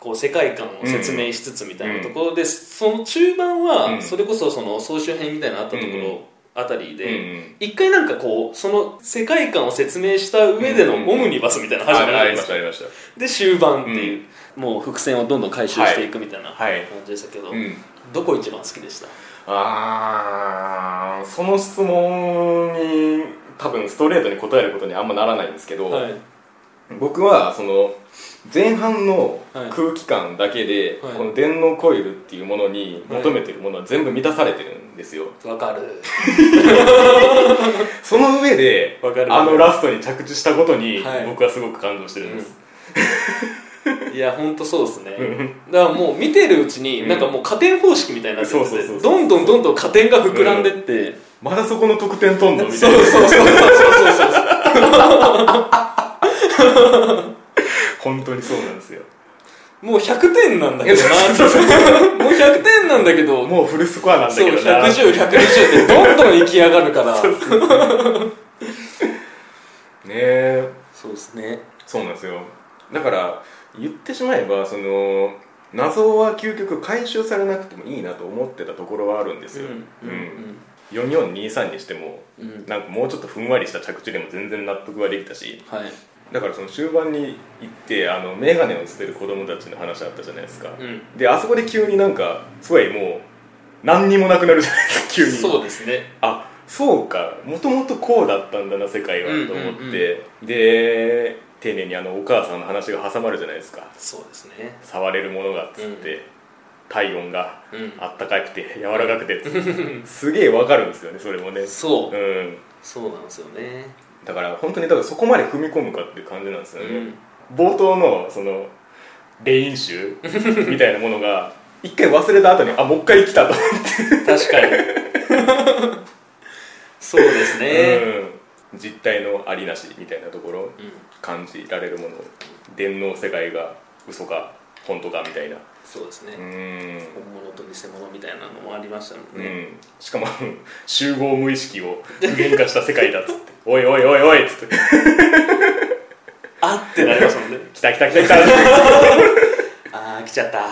[SPEAKER 2] こう世界観を説明しつつみたいなところで、その中盤
[SPEAKER 1] う
[SPEAKER 2] は
[SPEAKER 1] ん
[SPEAKER 2] それこそその総集編みたいなのあったとこ
[SPEAKER 1] うんうん
[SPEAKER 2] ろあたりで、
[SPEAKER 1] うんうん
[SPEAKER 2] 一回なんかこうその世界観を説明した上での
[SPEAKER 1] うんうん
[SPEAKER 2] オムニバスみたいな話
[SPEAKER 1] あ
[SPEAKER 2] にな
[SPEAKER 1] あ
[SPEAKER 2] る
[SPEAKER 1] り
[SPEAKER 2] んで
[SPEAKER 1] ますしたありました
[SPEAKER 2] で終盤っていう、もう伏線をどんどん回収していくみたいな
[SPEAKER 1] は
[SPEAKER 2] 感
[SPEAKER 1] いはい
[SPEAKER 2] じでしたけど、
[SPEAKER 1] うん
[SPEAKER 2] どこ一番好きでした
[SPEAKER 1] あーその質問に多分ストレートに答えることにあんまならないんですけど、
[SPEAKER 2] はい
[SPEAKER 1] 僕はその前半の
[SPEAKER 2] はい
[SPEAKER 1] 空気感だけで、
[SPEAKER 2] はい
[SPEAKER 1] この電脳コイルっていうものに求めてるものは全部満たされてるんですよ、
[SPEAKER 2] わかる
[SPEAKER 1] その上で
[SPEAKER 2] わかる
[SPEAKER 1] あのラストに着地したことに
[SPEAKER 2] はい
[SPEAKER 1] 僕はすごく感動してるんです、
[SPEAKER 2] いや本当そうですね
[SPEAKER 1] う
[SPEAKER 2] だからもう見てるうちに
[SPEAKER 1] うん
[SPEAKER 2] なんかもう加点方式みたいになってて
[SPEAKER 1] そうそうそうそう
[SPEAKER 2] どんどんどんどん加点が膨らんでって、
[SPEAKER 1] まだそこの得点とんのみた
[SPEAKER 2] そ
[SPEAKER 1] いうな
[SPEAKER 2] そうそうそうそうそうそう
[SPEAKER 1] 本当にそうなんですよ
[SPEAKER 2] もう100点なんだけどなもう100点なんだけど
[SPEAKER 1] もうフルスコアなんだ
[SPEAKER 2] そ
[SPEAKER 1] け
[SPEAKER 2] う
[SPEAKER 1] どな
[SPEAKER 2] 110120ってどんどん行き上がるから
[SPEAKER 1] ねえ
[SPEAKER 2] そうですね
[SPEAKER 1] そうなんですよだから言ってしまえばその謎は究極回収されなくてもいいなと思ってたところはあるんです
[SPEAKER 2] うん
[SPEAKER 1] よ、
[SPEAKER 2] うん
[SPEAKER 1] 4423にしても
[SPEAKER 2] うんうん
[SPEAKER 1] なんかもうちょっとふんわりした着地でも全然納得はできたし
[SPEAKER 2] はい
[SPEAKER 1] だからその終盤に行ってあの眼鏡を捨てる子供たちの話あったじゃないですか、
[SPEAKER 2] うん
[SPEAKER 1] であそこで急になんかすごいもう何にもなくなるじゃないですか急に
[SPEAKER 2] そうですね
[SPEAKER 1] あそうかもともとこうだったんだな世界はと思って、で丁寧にあのお母さんの話が挟まるじゃないですか
[SPEAKER 2] そうですね
[SPEAKER 1] 触れるものがっつって、体温が
[SPEAKER 2] うん
[SPEAKER 1] あったかくて柔らかくてっつって すげえわかるんですよねそれもね
[SPEAKER 2] そう、
[SPEAKER 1] うん
[SPEAKER 2] そうなんですよね
[SPEAKER 1] だから本当にだからそこまで踏み込むかっていう感じなんですよ
[SPEAKER 2] う
[SPEAKER 1] ね
[SPEAKER 2] ん、
[SPEAKER 1] 冒頭のその霊飲 酒みたいなものが一回忘れた後にあもう一回来たと思って
[SPEAKER 2] 確かにそうですね、
[SPEAKER 1] うん、実体のありなしみたいなところ
[SPEAKER 2] うん
[SPEAKER 1] 感じられるもの電脳世界が嘘か本当かみたいな
[SPEAKER 2] そうですね、
[SPEAKER 1] ん、
[SPEAKER 2] 本物と偽物みたいなのもありましたも
[SPEAKER 1] うん
[SPEAKER 2] ね、
[SPEAKER 1] ん、しかも集合無意識を具現化した世界だっつって「おいおいおいおい」っつって
[SPEAKER 2] あってなりましたもんね
[SPEAKER 1] 「 来た来た来た来た」来
[SPEAKER 2] ああ来ちゃった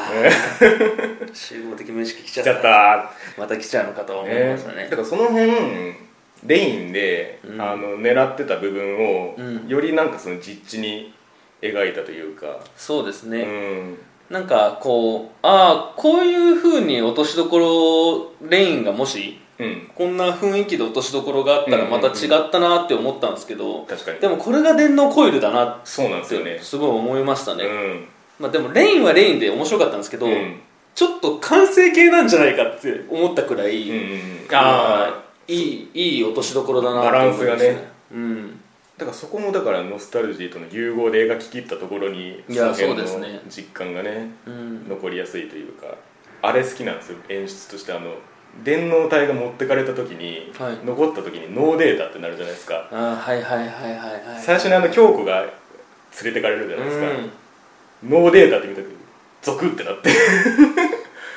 [SPEAKER 2] 集合的無意識来ちゃっ
[SPEAKER 1] ち
[SPEAKER 2] た
[SPEAKER 1] ゃった
[SPEAKER 2] また来ちゃうのかと思いました
[SPEAKER 1] ね、
[SPEAKER 2] ね
[SPEAKER 1] だからその辺レインで、
[SPEAKER 2] うん
[SPEAKER 1] あの狙ってた部分を、
[SPEAKER 2] うん
[SPEAKER 1] よりなんかその実地に描いたというか、
[SPEAKER 2] そうです
[SPEAKER 1] う
[SPEAKER 2] ね、
[SPEAKER 1] ん、
[SPEAKER 2] なんかこうああこういうふうに落としどころレインがもし
[SPEAKER 1] うん、
[SPEAKER 2] こんな雰囲気で落としどころがあったらまた違ったなって思ったんですけど、
[SPEAKER 1] 確かに
[SPEAKER 2] でもこれが電脳コイルだなっ
[SPEAKER 1] そうなんですよ
[SPEAKER 2] て
[SPEAKER 1] ね
[SPEAKER 2] すごい思いましたね、
[SPEAKER 1] うん
[SPEAKER 2] まあ、でもレインはレインで面白かったんですけど、
[SPEAKER 1] うん
[SPEAKER 2] ちょっと完成形なんじゃないかって思ったくらい、
[SPEAKER 1] うんうんうん
[SPEAKER 2] あ
[SPEAKER 1] あ
[SPEAKER 2] いいいい落としどころだな
[SPEAKER 1] バランスがね
[SPEAKER 2] と思いますうん
[SPEAKER 1] だからそこもだからノスタルジーとの融合で描き切ったところに
[SPEAKER 2] いや
[SPEAKER 1] その辺
[SPEAKER 2] そうです
[SPEAKER 1] の
[SPEAKER 2] ね
[SPEAKER 1] 実感がね
[SPEAKER 2] うん
[SPEAKER 1] 残りやすいというかあれ好きなんですよ演出としてあの電脳体が持ってかれた時に、
[SPEAKER 2] はい
[SPEAKER 1] 残った時にノーデータってなるじゃないですか
[SPEAKER 2] あーはいはいはいはいはい
[SPEAKER 1] 最初にあの京子が連れてかれるじゃないですか、
[SPEAKER 2] うん
[SPEAKER 1] ノーデータって見た時にゾクってなって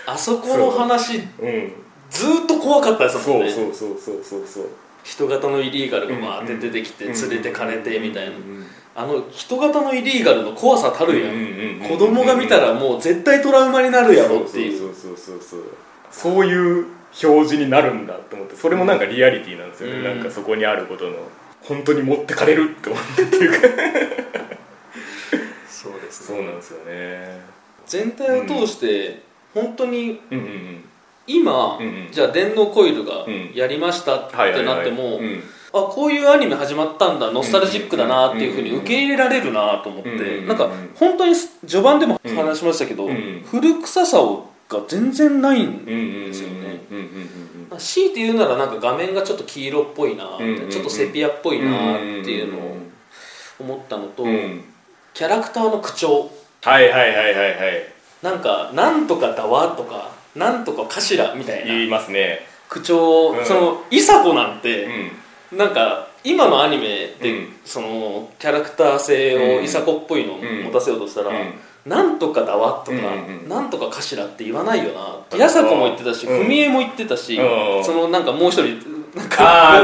[SPEAKER 2] あそこの話
[SPEAKER 1] うん
[SPEAKER 2] ずーっと怖かったですもん
[SPEAKER 1] そ
[SPEAKER 2] ね
[SPEAKER 1] うそうそうそうそうそう
[SPEAKER 2] 人型のイリーガルがバーって出てきて
[SPEAKER 1] うん
[SPEAKER 2] 連れてかれてみたいな
[SPEAKER 1] うん
[SPEAKER 2] あの人型のイリーガルの怖さたるや
[SPEAKER 1] うん
[SPEAKER 2] ん
[SPEAKER 1] うんうん
[SPEAKER 2] 子供が見たらもう絶対トラウマになるやろっていう
[SPEAKER 1] そうそうそうそうそうそういう表示になるんだと思ってそれもなんかリアリティなんですよね、
[SPEAKER 2] うん
[SPEAKER 1] なんかそこにあることの本当に持ってかれるって思ってっていうか
[SPEAKER 2] そうです
[SPEAKER 1] そうなんですよね
[SPEAKER 2] 全体を通して本当に
[SPEAKER 1] うんうん
[SPEAKER 2] 今、
[SPEAKER 1] うんうん
[SPEAKER 2] じゃあ電脳コイルが
[SPEAKER 1] うん
[SPEAKER 2] やりましたっ
[SPEAKER 1] はいは
[SPEAKER 2] て
[SPEAKER 1] いはい
[SPEAKER 2] なっても、
[SPEAKER 1] うん
[SPEAKER 2] あこういうアニメ始まったんだノスタルジックだなっていうふうに
[SPEAKER 1] うんうん
[SPEAKER 2] 受け入れられるなと思って、
[SPEAKER 1] うんうんうん
[SPEAKER 2] なんか本当に序盤でも話しましたけど、
[SPEAKER 1] うんうん
[SPEAKER 2] 古臭さをが全然ないん
[SPEAKER 1] うんうんうん
[SPEAKER 2] ですよね、
[SPEAKER 1] うんうんうん
[SPEAKER 2] まあ強いて言うならなんか画面がちょっと黄色っぽいな、
[SPEAKER 1] うんうんうん
[SPEAKER 2] ちょっとセピアっぽいなっていうの
[SPEAKER 1] うんうん
[SPEAKER 2] を
[SPEAKER 1] うん
[SPEAKER 2] 思ったのと、
[SPEAKER 1] うんうん
[SPEAKER 2] キャラクターの口調
[SPEAKER 1] はいはいはいはいはい
[SPEAKER 2] なんか「なんとかだわ」とか「なんとかかしら」みたいな
[SPEAKER 1] 言いますね
[SPEAKER 2] 口調、
[SPEAKER 1] うん
[SPEAKER 2] そのいさこなん
[SPEAKER 1] う
[SPEAKER 2] て、
[SPEAKER 1] ん
[SPEAKER 2] なんか今のアニメで、
[SPEAKER 1] うん
[SPEAKER 2] そのキャラクター性
[SPEAKER 1] う
[SPEAKER 2] を
[SPEAKER 1] ん
[SPEAKER 2] いさこっぽいのを
[SPEAKER 1] ん
[SPEAKER 2] 持たせようとしたら、
[SPEAKER 1] うん
[SPEAKER 2] なんとかだわとか、
[SPEAKER 1] うんうん
[SPEAKER 2] なんとかかしらって言わないよな
[SPEAKER 1] うん
[SPEAKER 2] やさこも言ってたし
[SPEAKER 1] うん
[SPEAKER 2] 文江、も言ってたし、
[SPEAKER 1] うん
[SPEAKER 2] そのなんかもう一人なん
[SPEAKER 1] あ
[SPEAKER 2] か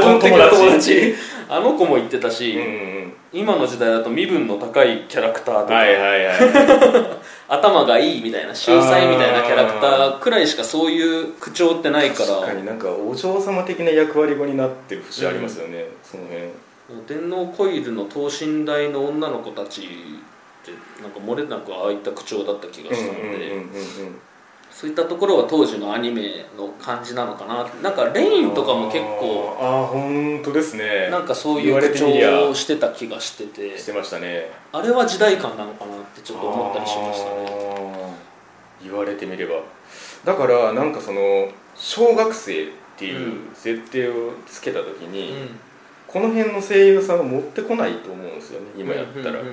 [SPEAKER 1] ー
[SPEAKER 2] ロボット的な
[SPEAKER 1] 友達
[SPEAKER 2] あの子も言ってたし、
[SPEAKER 1] うんうん
[SPEAKER 2] 今の時代だと身分の高いキャラクター
[SPEAKER 1] う
[SPEAKER 2] と
[SPEAKER 1] ん
[SPEAKER 2] か、
[SPEAKER 1] はいはいはい
[SPEAKER 2] 頭がいいみたいな秀才みたいなキャラクターくらいしかそういう口調ってないか
[SPEAKER 1] 確からになんかお嬢様的な役割語になってる節ありますよね、その辺
[SPEAKER 2] 電脳コイルの等身大の女の子たちってなんか漏れなくああいった口調だった気がしたので、
[SPEAKER 1] うんうんうん
[SPEAKER 2] そういったところは当時のアニメの感じなのかななんかレインとかも結構
[SPEAKER 1] あーあー本当ですね
[SPEAKER 2] なんかそうい
[SPEAKER 1] 言わ
[SPEAKER 2] う
[SPEAKER 1] れ
[SPEAKER 2] 口
[SPEAKER 1] てみりゃ
[SPEAKER 2] 調をしてた気がしてて
[SPEAKER 1] してましたね
[SPEAKER 2] あれは時代感なのかなってちょっと思ったりしましたね
[SPEAKER 1] ね言われてみればだからなんかその小学生っていう設定をつけた時に、この辺の声優さんは持ってこないと思うんですよね
[SPEAKER 2] うん
[SPEAKER 1] 今やったら、
[SPEAKER 2] うんうんうんうん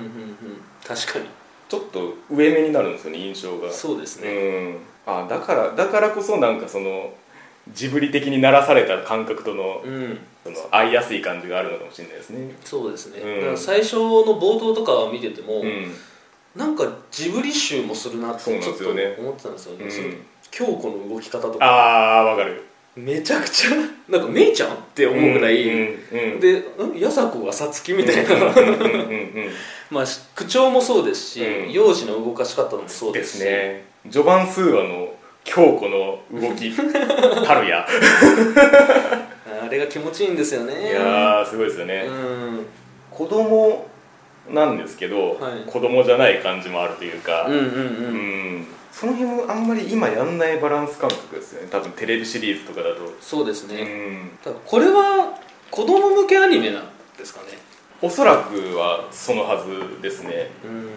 [SPEAKER 2] 確かに
[SPEAKER 1] ちょっと上目になるんですよね印象が
[SPEAKER 2] そうですね、
[SPEAKER 1] うん、あだからだからこそなんかそのジブリ的にならされた感覚との,、
[SPEAKER 2] うん
[SPEAKER 1] その合いやすい感じがあるのかもしれないですね
[SPEAKER 2] そうですね、
[SPEAKER 1] うん
[SPEAKER 2] だから最初の冒頭とかを見てても、
[SPEAKER 1] うん
[SPEAKER 2] なんかジブリ集もするなって
[SPEAKER 1] そうなん
[SPEAKER 2] ちょっ
[SPEAKER 1] です
[SPEAKER 2] と
[SPEAKER 1] よね
[SPEAKER 2] 思ってたんですよね
[SPEAKER 1] うん
[SPEAKER 2] その京子の動き方と
[SPEAKER 1] あ
[SPEAKER 2] か
[SPEAKER 1] あわかる
[SPEAKER 2] めちゃくちゃなんか姉ちゃんって思うぐらい、
[SPEAKER 1] うんうんうん
[SPEAKER 2] でんやさこがさつきみたいな、
[SPEAKER 1] うんうんうん
[SPEAKER 2] まあし口調もそうですし、
[SPEAKER 1] うん
[SPEAKER 2] 幼児の動かし方もそう
[SPEAKER 1] で
[SPEAKER 2] ですし
[SPEAKER 1] すね序盤数話の京子の動 きたるや
[SPEAKER 2] あれが気持ちいいんですよね
[SPEAKER 1] いやーすごいですよ
[SPEAKER 2] う
[SPEAKER 1] ね、
[SPEAKER 2] ん
[SPEAKER 1] 子供なんですけど、
[SPEAKER 2] はい
[SPEAKER 1] 子供じゃない感じもあるというか、
[SPEAKER 2] うんうんうん、
[SPEAKER 1] うんその辺もあんまり今やんないバランス感覚ですよね多分テレビシリーズとかだと
[SPEAKER 2] そうです
[SPEAKER 1] う
[SPEAKER 2] ね、
[SPEAKER 1] ん
[SPEAKER 2] ただこれは子供向けアニメなんですかね
[SPEAKER 1] おそらくはそのはずですね
[SPEAKER 2] うん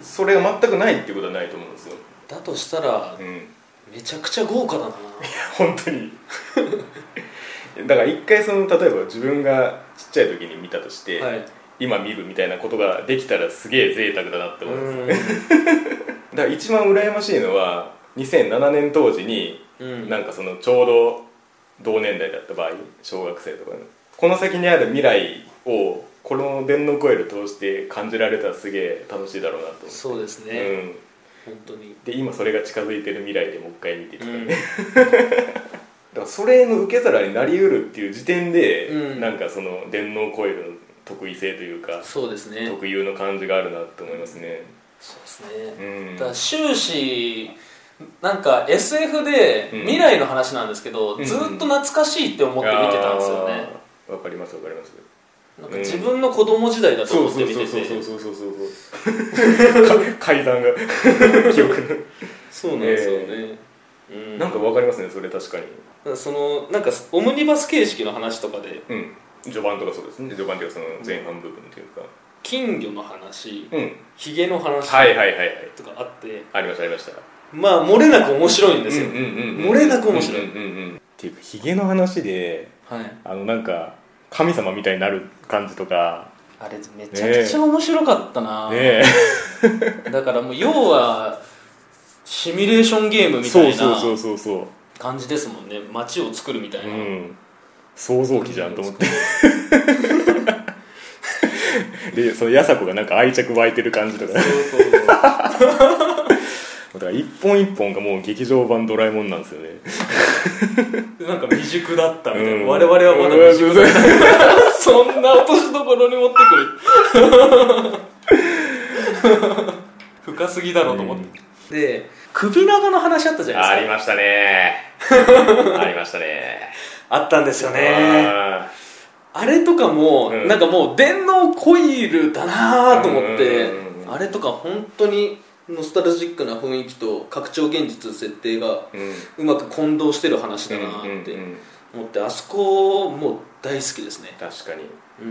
[SPEAKER 1] それが全くないっていうことはないと思うんですよ、
[SPEAKER 2] だとしたら
[SPEAKER 1] うん、
[SPEAKER 2] めちゃくちゃ豪華だな
[SPEAKER 1] 本当に だから一回その例えば自分がちっちゃい時に見たとして、
[SPEAKER 2] はい
[SPEAKER 1] 今見るみたいなことができたらすげえ贅沢だなって思う、
[SPEAKER 2] う
[SPEAKER 1] だから一番羨ましいのは2007年当時に
[SPEAKER 2] ん
[SPEAKER 1] なんかそのちょうど同年代だった場合小学生とかのこの先にある未来をこの電脳コイル通して感じられたらすげえ楽しいだろうなと思う
[SPEAKER 2] そうですね、
[SPEAKER 1] うん、
[SPEAKER 2] 本当に、
[SPEAKER 1] で今それが近づいてる未来でもう一回見てとかね、
[SPEAKER 2] うん
[SPEAKER 1] だからそれの受け皿になりうるっていう時点で、
[SPEAKER 2] うん
[SPEAKER 1] なんかその電脳コイルの得意性というか
[SPEAKER 2] そうですね
[SPEAKER 1] 特有の感じがあるなと思いますね
[SPEAKER 2] そうです
[SPEAKER 1] う
[SPEAKER 2] ね、
[SPEAKER 1] ん
[SPEAKER 2] だから終始なんか SF で
[SPEAKER 1] うん
[SPEAKER 2] 未来の話なんですけど、
[SPEAKER 1] うん
[SPEAKER 2] ずっと懐かしいって思って見てたんですよね、
[SPEAKER 1] あーわかりますわかります
[SPEAKER 2] なんか自分の子供時代だと
[SPEAKER 1] そう
[SPEAKER 2] 思って
[SPEAKER 1] そう
[SPEAKER 2] 見
[SPEAKER 1] そ
[SPEAKER 2] て
[SPEAKER 1] うそうそう
[SPEAKER 2] て
[SPEAKER 1] そうそうそうか階段が記憶
[SPEAKER 2] そうなんですよね、うん、
[SPEAKER 1] のなんかわかりますねそれ確かに
[SPEAKER 2] だからそのなんかオムニバス形式の話とかで
[SPEAKER 1] うん序盤とかそうですね序盤というかその前半部分というか
[SPEAKER 2] 金魚の話
[SPEAKER 1] うん
[SPEAKER 2] ヒゲの話
[SPEAKER 1] はいはいはいはい
[SPEAKER 2] とかあって
[SPEAKER 1] ありましたありました
[SPEAKER 2] まあ漏れなく面白いんですよ、
[SPEAKER 1] うんうんうんうん
[SPEAKER 2] 漏れなく面白い
[SPEAKER 1] うんうんうんっていうかヒゲの話で
[SPEAKER 2] はい
[SPEAKER 1] あのなんか神様みたいになる感じとか
[SPEAKER 2] あれめちゃくちゃ面白かったな、
[SPEAKER 1] ねえ
[SPEAKER 2] だからもう要はシミュレーションゲームみた
[SPEAKER 1] そう
[SPEAKER 2] い
[SPEAKER 1] そうそう
[SPEAKER 2] な
[SPEAKER 1] そうそ
[SPEAKER 2] 感じですもんね街を作るみたいう
[SPEAKER 1] う
[SPEAKER 2] な、
[SPEAKER 1] ん想像機じゃんと思ってでそのやさこがなんか愛着湧いてる感じとかだ
[SPEAKER 2] そうそうそう
[SPEAKER 1] から一本一本がもう劇場版ドラえもんなんですよね
[SPEAKER 2] なんか未熟だったみたいな、
[SPEAKER 1] うん
[SPEAKER 2] 我々はまだ未熟だったそんな落としどころに持ってくる 深すぎだろうと思って、で首長の話あったじゃないですか
[SPEAKER 1] ました ねありましたね
[SPEAKER 2] あったんですよねあれとかも、
[SPEAKER 1] うん
[SPEAKER 2] なんかもう電脳コイルだなと思っ
[SPEAKER 1] う
[SPEAKER 2] て
[SPEAKER 1] んうんうんうん
[SPEAKER 2] あれとか本当にノスタルジックな雰囲気と拡張現実設定が
[SPEAKER 1] うん
[SPEAKER 2] うまく混同してる話だなって
[SPEAKER 1] うんうんうん
[SPEAKER 2] 思ってあそこもう大好きですね
[SPEAKER 1] 確かに
[SPEAKER 2] う、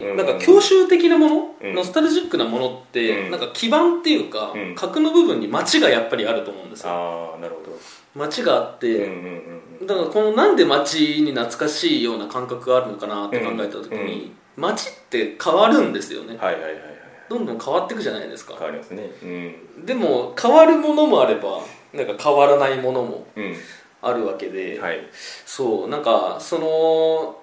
[SPEAKER 1] うんん
[SPEAKER 2] なんか教習的なもの、
[SPEAKER 1] うん
[SPEAKER 2] ノスタルジックなものって、
[SPEAKER 1] うん
[SPEAKER 2] なんか基盤っていうか、
[SPEAKER 1] うん
[SPEAKER 2] 核の部分に街がやっぱりあると思うんですよ
[SPEAKER 1] ああなるほど
[SPEAKER 2] 街があっ
[SPEAKER 1] うん
[SPEAKER 2] て、
[SPEAKER 1] うんうん
[SPEAKER 2] だからこのなんで街に懐かしいような感覚があるのかなって考えた時
[SPEAKER 1] うんう
[SPEAKER 2] に、街って変わるんですよね、
[SPEAKER 1] はいはいはいはい
[SPEAKER 2] どんどん変わっていくじゃないですか
[SPEAKER 1] 変わりますねうん
[SPEAKER 2] でも変わるものもあればなんか変わらないものも
[SPEAKER 1] うん
[SPEAKER 2] あるわけで、
[SPEAKER 1] はい
[SPEAKER 2] そうなんかその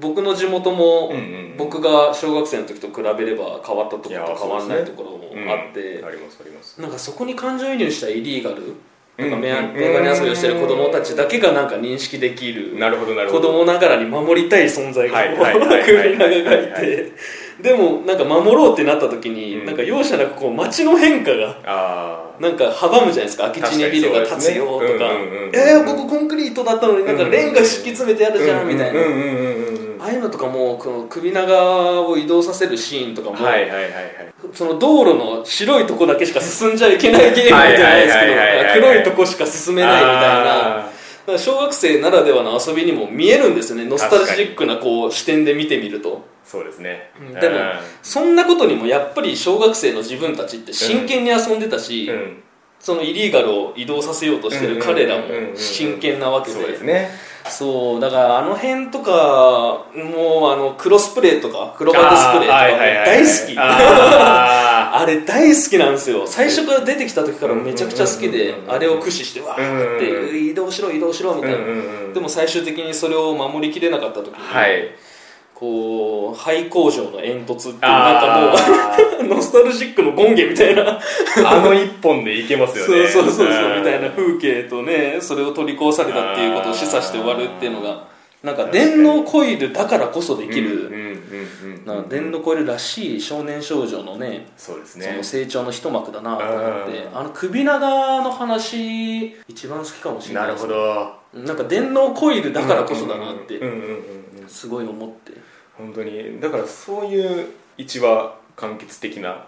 [SPEAKER 2] 僕の地元も、
[SPEAKER 1] うんうん
[SPEAKER 2] 僕が小学生の時と比べれば変わったとこ
[SPEAKER 1] い
[SPEAKER 2] ろ
[SPEAKER 1] や
[SPEAKER 2] と
[SPEAKER 1] ー
[SPEAKER 2] 変わらない
[SPEAKER 1] そうです
[SPEAKER 2] と
[SPEAKER 1] ね
[SPEAKER 2] ころもあって、
[SPEAKER 1] うんありますあります
[SPEAKER 2] なんかそこに感情移入したイリーガル
[SPEAKER 1] う
[SPEAKER 2] なん
[SPEAKER 1] ん
[SPEAKER 2] かメガ
[SPEAKER 1] うん
[SPEAKER 2] メガネ遊びをしてる子供たちだけがなんか認識できる
[SPEAKER 1] なるほどなるほ
[SPEAKER 2] 子
[SPEAKER 1] ど
[SPEAKER 2] 供ながらに守りたい存在が
[SPEAKER 1] はいはいはい はい
[SPEAKER 2] 首長がい
[SPEAKER 1] はいは
[SPEAKER 2] てでもなんか守ろうってなった時に、
[SPEAKER 1] うん
[SPEAKER 2] なんか容赦なくこう街の変化が
[SPEAKER 1] あ
[SPEAKER 2] なんか阻むじゃないですか空き地にビルが建つよと
[SPEAKER 1] 確
[SPEAKER 2] か
[SPEAKER 1] かにそうですねうんうんうんうん
[SPEAKER 2] えー、ここコンクリートだったのになんかレンガ敷き詰めてあ
[SPEAKER 1] あ
[SPEAKER 2] るじゃんみたいな
[SPEAKER 1] うんうんうんうんうん
[SPEAKER 2] ああいうのとかもこの首長を移動させるシーンとかも、
[SPEAKER 1] はいはいはいはい
[SPEAKER 2] その道路の白いとこだけしか進んじゃいけないゲームじゃないですけ
[SPEAKER 1] はいはいはいはいはい
[SPEAKER 2] ど黒いとこしか進めないみたいな
[SPEAKER 1] あ
[SPEAKER 2] だから小学生ならではの遊びにも見えるんですよねノスタルジックなこう視点で見てみると
[SPEAKER 1] ーそうですね
[SPEAKER 2] うんでもそんなことにもやっぱり小学生の自分たちって真剣に遊んでたし、
[SPEAKER 1] うん
[SPEAKER 2] そのイリーガルを移動させようとしてる彼らも真剣なわけで
[SPEAKER 1] そうですね
[SPEAKER 2] そうだからあの辺とかもうあのクロスプレーとかクロバットスプレーとか
[SPEAKER 1] あーはい
[SPEAKER 2] も
[SPEAKER 1] はいはい
[SPEAKER 2] 大好き
[SPEAKER 1] あ
[SPEAKER 2] あれ大好きなんですよ最初から出てきた時からめちゃくちゃ好き
[SPEAKER 1] うんうんうん
[SPEAKER 2] で
[SPEAKER 1] うん
[SPEAKER 2] あれを駆使してわーっ
[SPEAKER 1] うんうんう
[SPEAKER 2] て移動しろ移動しろみ
[SPEAKER 1] ーう
[SPEAKER 2] たい
[SPEAKER 1] ん
[SPEAKER 2] な
[SPEAKER 1] うんうん
[SPEAKER 2] でも最終的にそれを守りきれなかった時に、
[SPEAKER 1] はい
[SPEAKER 2] こう廃工場の煙突っていうなん
[SPEAKER 1] あ
[SPEAKER 2] かもう ノスタルジックの権限みたいな
[SPEAKER 1] ーあの一本でいけますよ
[SPEAKER 2] そう
[SPEAKER 1] ね
[SPEAKER 2] そうそうそうみ
[SPEAKER 1] ん
[SPEAKER 2] たいな風景とねそれを取り壊されたっていうことを示唆して終わるっていうのがなんか電脳コイルだからこそでき
[SPEAKER 1] うん
[SPEAKER 2] る、
[SPEAKER 1] うんうんうん
[SPEAKER 2] なんか電脳コイルらしい少年少女のね
[SPEAKER 1] そうです
[SPEAKER 2] そ
[SPEAKER 1] ね
[SPEAKER 2] の成長の一幕だなと思って
[SPEAKER 1] うん
[SPEAKER 2] あの首長の話一番好きかもしれな
[SPEAKER 1] ないる
[SPEAKER 2] です
[SPEAKER 1] ほど
[SPEAKER 2] なんか電脳コイルだからこそだなっ
[SPEAKER 1] うん
[SPEAKER 2] て
[SPEAKER 1] うんうんうん
[SPEAKER 2] すごい思って
[SPEAKER 1] 本当にだからそういう一話完結的な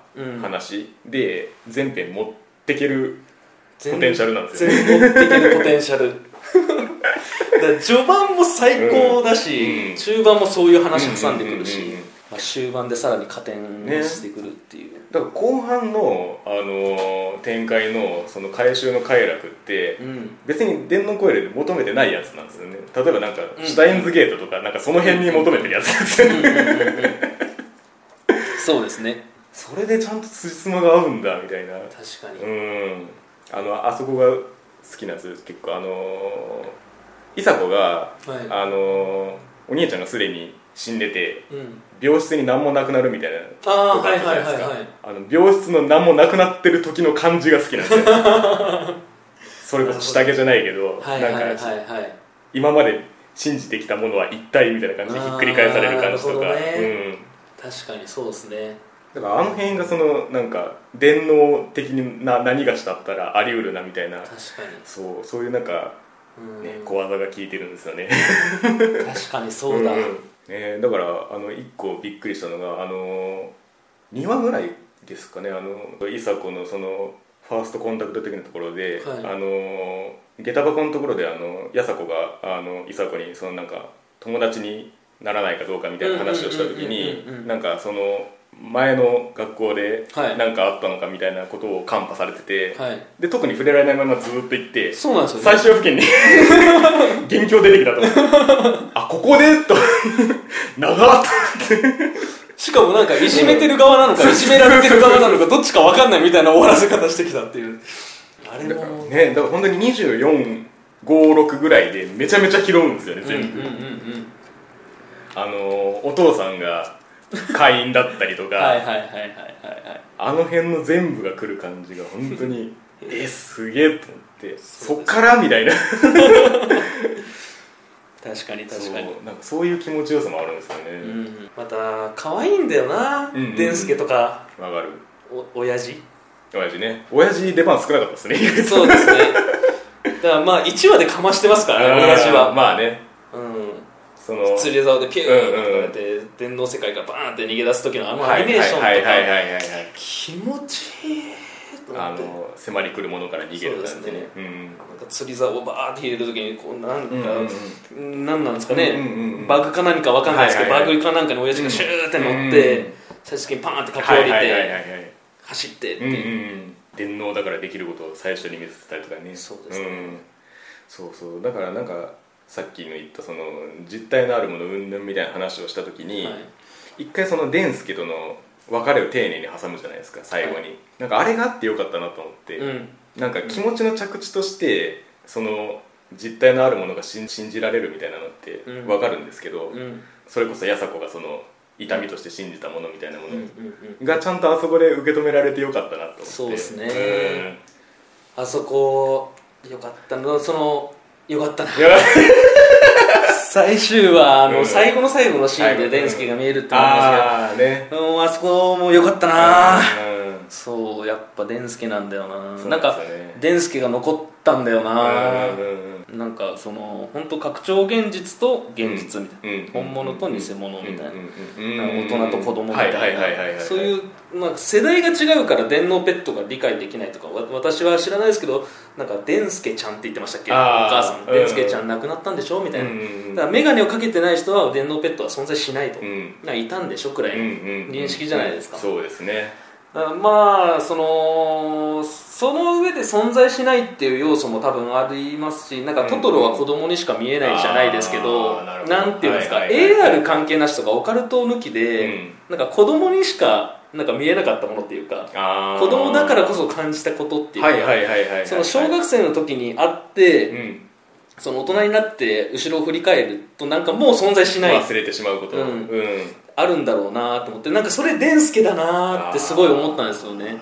[SPEAKER 1] 話で全編持ってけるポテンシャルなんですよね
[SPEAKER 2] 全然持っていけるポテンシャルだから序盤も最高だ
[SPEAKER 1] うん
[SPEAKER 2] し、
[SPEAKER 1] うん
[SPEAKER 2] 中盤もそういう話挟んでくるし
[SPEAKER 1] うんうんうんうん
[SPEAKER 2] まあ終盤でさらに加点してくるっていう、
[SPEAKER 1] だから後半の、あのー展開のその回収の快楽って
[SPEAKER 2] うん
[SPEAKER 1] 別に電脳コイルで求めてないやつなんですよね例えばなんかシュタインズゲートとかなんかその辺に求めてるやつなんですよね
[SPEAKER 2] そうですね
[SPEAKER 1] それでちゃんと辻褄が合うんだみたいな
[SPEAKER 2] 確かに、
[SPEAKER 1] うんあのあそこが好きなんですよ結構あのー、いさこが、
[SPEAKER 2] はい
[SPEAKER 1] あのー、お兄ちゃんがすでに死んでて
[SPEAKER 2] うん、
[SPEAKER 1] 病室に何もなくなるみたいな
[SPEAKER 2] ああ
[SPEAKER 1] とか
[SPEAKER 2] は
[SPEAKER 1] あ
[SPEAKER 2] い
[SPEAKER 1] ったじゃ
[SPEAKER 2] は
[SPEAKER 1] ないいですか
[SPEAKER 2] はいはい
[SPEAKER 1] あの病室の何もなくなってる時の感じが好きなん ですよそれこそ下着じゃないけど
[SPEAKER 2] はいはいはい
[SPEAKER 1] なんか
[SPEAKER 2] はい
[SPEAKER 1] 今まで信じてきたものは一体みたいな感じでひっくり返される感じと
[SPEAKER 2] あーな
[SPEAKER 1] か、
[SPEAKER 2] るほどね
[SPEAKER 1] うん
[SPEAKER 2] 確かにそうですね
[SPEAKER 1] だからあの辺がそのなんか電脳的な何がしたったらあり得るなみたいな
[SPEAKER 2] 確か
[SPEAKER 1] そうそういうなんか、
[SPEAKER 2] に、う
[SPEAKER 1] ね
[SPEAKER 2] ん
[SPEAKER 1] 小技が効いてるんですよね
[SPEAKER 2] 確かにそうだ、
[SPEAKER 1] んんねだからあの一個びっくりしたのがあの2話ぐらいですかねあのいさこのそのファーストコンタクト的なところで、
[SPEAKER 2] はい
[SPEAKER 1] あの下駄箱のところであのやさこがあのいさこにそのなんか友達にならないかどうかみたいな話をした時
[SPEAKER 2] うんうんうんうんうんう
[SPEAKER 1] に
[SPEAKER 2] ん
[SPEAKER 1] なんかその前の学校で
[SPEAKER 2] はい
[SPEAKER 1] 何かあったのかみたいなことをカンパされてて、
[SPEAKER 2] はい
[SPEAKER 1] で特に触れられないままずーっと行って
[SPEAKER 2] そうなんですよね
[SPEAKER 1] 最終付 近に元凶出てき たとあここでと 長っ
[SPEAKER 2] しかもなんかいじめてる側なのかいじめられてる側なのかどっちか分かんないみたいな終わらせ方してきたっていうあれ
[SPEAKER 1] だから
[SPEAKER 2] も
[SPEAKER 1] ねだから本当に2456ぐらいでめちゃめちゃ拾うんですよね
[SPEAKER 2] うんうんうん
[SPEAKER 1] 全部、あのーお父さんが会員だったりと
[SPEAKER 2] う
[SPEAKER 1] か、
[SPEAKER 2] んはいはいはいはいはいはい
[SPEAKER 1] あの辺の全部が来る感じが本当 にえすげえと思ってそっからみたいな
[SPEAKER 2] 確かに確かに
[SPEAKER 1] そうなんかそういう気持ちよさもあるんですよ
[SPEAKER 2] う
[SPEAKER 1] ね
[SPEAKER 2] んまた可愛いんだよな
[SPEAKER 1] うんうん
[SPEAKER 2] 伝助とか
[SPEAKER 1] わ、かる
[SPEAKER 2] お親父
[SPEAKER 1] 親父ね親父出番少なかったですね
[SPEAKER 2] そうですね だからまあ1話でかましてますからね親父は
[SPEAKER 1] まあね
[SPEAKER 2] うん
[SPEAKER 1] その
[SPEAKER 2] 釣り竿でピュー
[SPEAKER 1] うんうん
[SPEAKER 2] ってやって電脳世界からバーンって逃げ出す時のあの
[SPEAKER 1] は
[SPEAKER 2] ア
[SPEAKER 1] い
[SPEAKER 2] ニメーションとか
[SPEAKER 1] はいはいはいはいはい
[SPEAKER 2] 気持ちいいと
[SPEAKER 1] あ
[SPEAKER 2] 思って
[SPEAKER 1] の迫り来るものから逃げる感
[SPEAKER 2] そ
[SPEAKER 1] じ
[SPEAKER 2] うで
[SPEAKER 1] ね
[SPEAKER 2] す
[SPEAKER 1] うん
[SPEAKER 2] なんか釣り竿をバーって入れる時にこうなんか、
[SPEAKER 1] うんうん
[SPEAKER 2] なんなんですかね、
[SPEAKER 1] うんうんうん
[SPEAKER 2] バグか何かわかんないですけど、
[SPEAKER 1] はいはいはい
[SPEAKER 2] バグかなんかに親父がシューって乗って、
[SPEAKER 1] うん
[SPEAKER 2] 最終的にパーンって駆け
[SPEAKER 1] はい
[SPEAKER 2] 下りて、
[SPEAKER 1] はいはいはいはい
[SPEAKER 2] 走ってって
[SPEAKER 1] うんうんう
[SPEAKER 2] いう、
[SPEAKER 1] ん電脳だからできることを最初に見せてたりとかね
[SPEAKER 2] そうですね
[SPEAKER 1] んそうそうだからなんかさっきの言ったその実体のあるもの云々みたいな話をした時に、
[SPEAKER 2] はい
[SPEAKER 1] 一回そのデンスケとの別れを丁寧に挟むじゃないですか最後に、
[SPEAKER 2] は
[SPEAKER 1] なんかあれがあってよかったなと思って、
[SPEAKER 2] うん
[SPEAKER 1] なんか気持ちの着地としてその実体のあるものが信信じられるみたいなのって
[SPEAKER 2] うん
[SPEAKER 1] 分かるんですけど、
[SPEAKER 2] うんうん
[SPEAKER 1] それこそやさ子がその痛みとして信じたものみたいなもの、
[SPEAKER 2] うんうん
[SPEAKER 1] がちゃんとあそこで受け止められてよかったなと思って
[SPEAKER 2] そうですね
[SPEAKER 1] うん
[SPEAKER 2] あそこよかったなそのよかったない
[SPEAKER 1] や
[SPEAKER 2] 最終話あの、
[SPEAKER 1] うん
[SPEAKER 2] 最後の最後のシーンで
[SPEAKER 1] はい
[SPEAKER 2] デンスケが見えるって思うんです
[SPEAKER 1] ああね
[SPEAKER 2] けどうんあそこもよかったな、
[SPEAKER 1] うん
[SPEAKER 2] そうやっぱデンスケなんだよな
[SPEAKER 1] そうな
[SPEAKER 2] な
[SPEAKER 1] んんです
[SPEAKER 2] か
[SPEAKER 1] よね
[SPEAKER 2] デンスケが残ったんだよな、
[SPEAKER 1] うんうんうん
[SPEAKER 2] なんかその本当拡張現実と現実みたいな、
[SPEAKER 1] うん
[SPEAKER 2] 本物と偽物みたいな、
[SPEAKER 1] うんうんうん
[SPEAKER 2] 大人と子供みたいな、
[SPEAKER 1] はいはいはいはいはい
[SPEAKER 2] そういう、まあ、世代が違うから電脳ペットが理解できないとかわ私は知らないですけどなんか「デンスケちゃん」って言ってましたっけお
[SPEAKER 1] あー
[SPEAKER 2] 母さん「
[SPEAKER 1] うん
[SPEAKER 2] デンスケちゃん亡くなったんでしょ」みたいな、
[SPEAKER 1] うんうんうん
[SPEAKER 2] だから眼鏡をかけてない人は電脳ペットは存在しないと、
[SPEAKER 1] うん
[SPEAKER 2] なんかいたんでしょくらいの認識じゃないですか、
[SPEAKER 1] そうですね
[SPEAKER 2] あまあそのその上で存在しないっていう要素も多分ありますしなんか
[SPEAKER 1] うん
[SPEAKER 2] トトロは子供にしか見えないじゃないですけど、
[SPEAKER 1] あーなるほど
[SPEAKER 2] なんていうんですか、
[SPEAKER 1] はいはいは
[SPEAKER 2] AR 関係なしとかオカルト抜きで、なんか子供にしかなんか見えなかったものっていうか
[SPEAKER 1] あー
[SPEAKER 2] 子供だからこそ感じたことっていうか、
[SPEAKER 1] はいはいはいはいはい
[SPEAKER 2] その小学生の時に会って、
[SPEAKER 1] うん
[SPEAKER 2] その大人になって後ろを振り返るとなんかもう存在しない
[SPEAKER 1] 忘れてしまうこと
[SPEAKER 2] うん
[SPEAKER 1] うん
[SPEAKER 2] あるんだろうなと思ってなんかそれデンスケだなってすごい思ったんですよ
[SPEAKER 1] あー
[SPEAKER 2] ね。
[SPEAKER 1] なる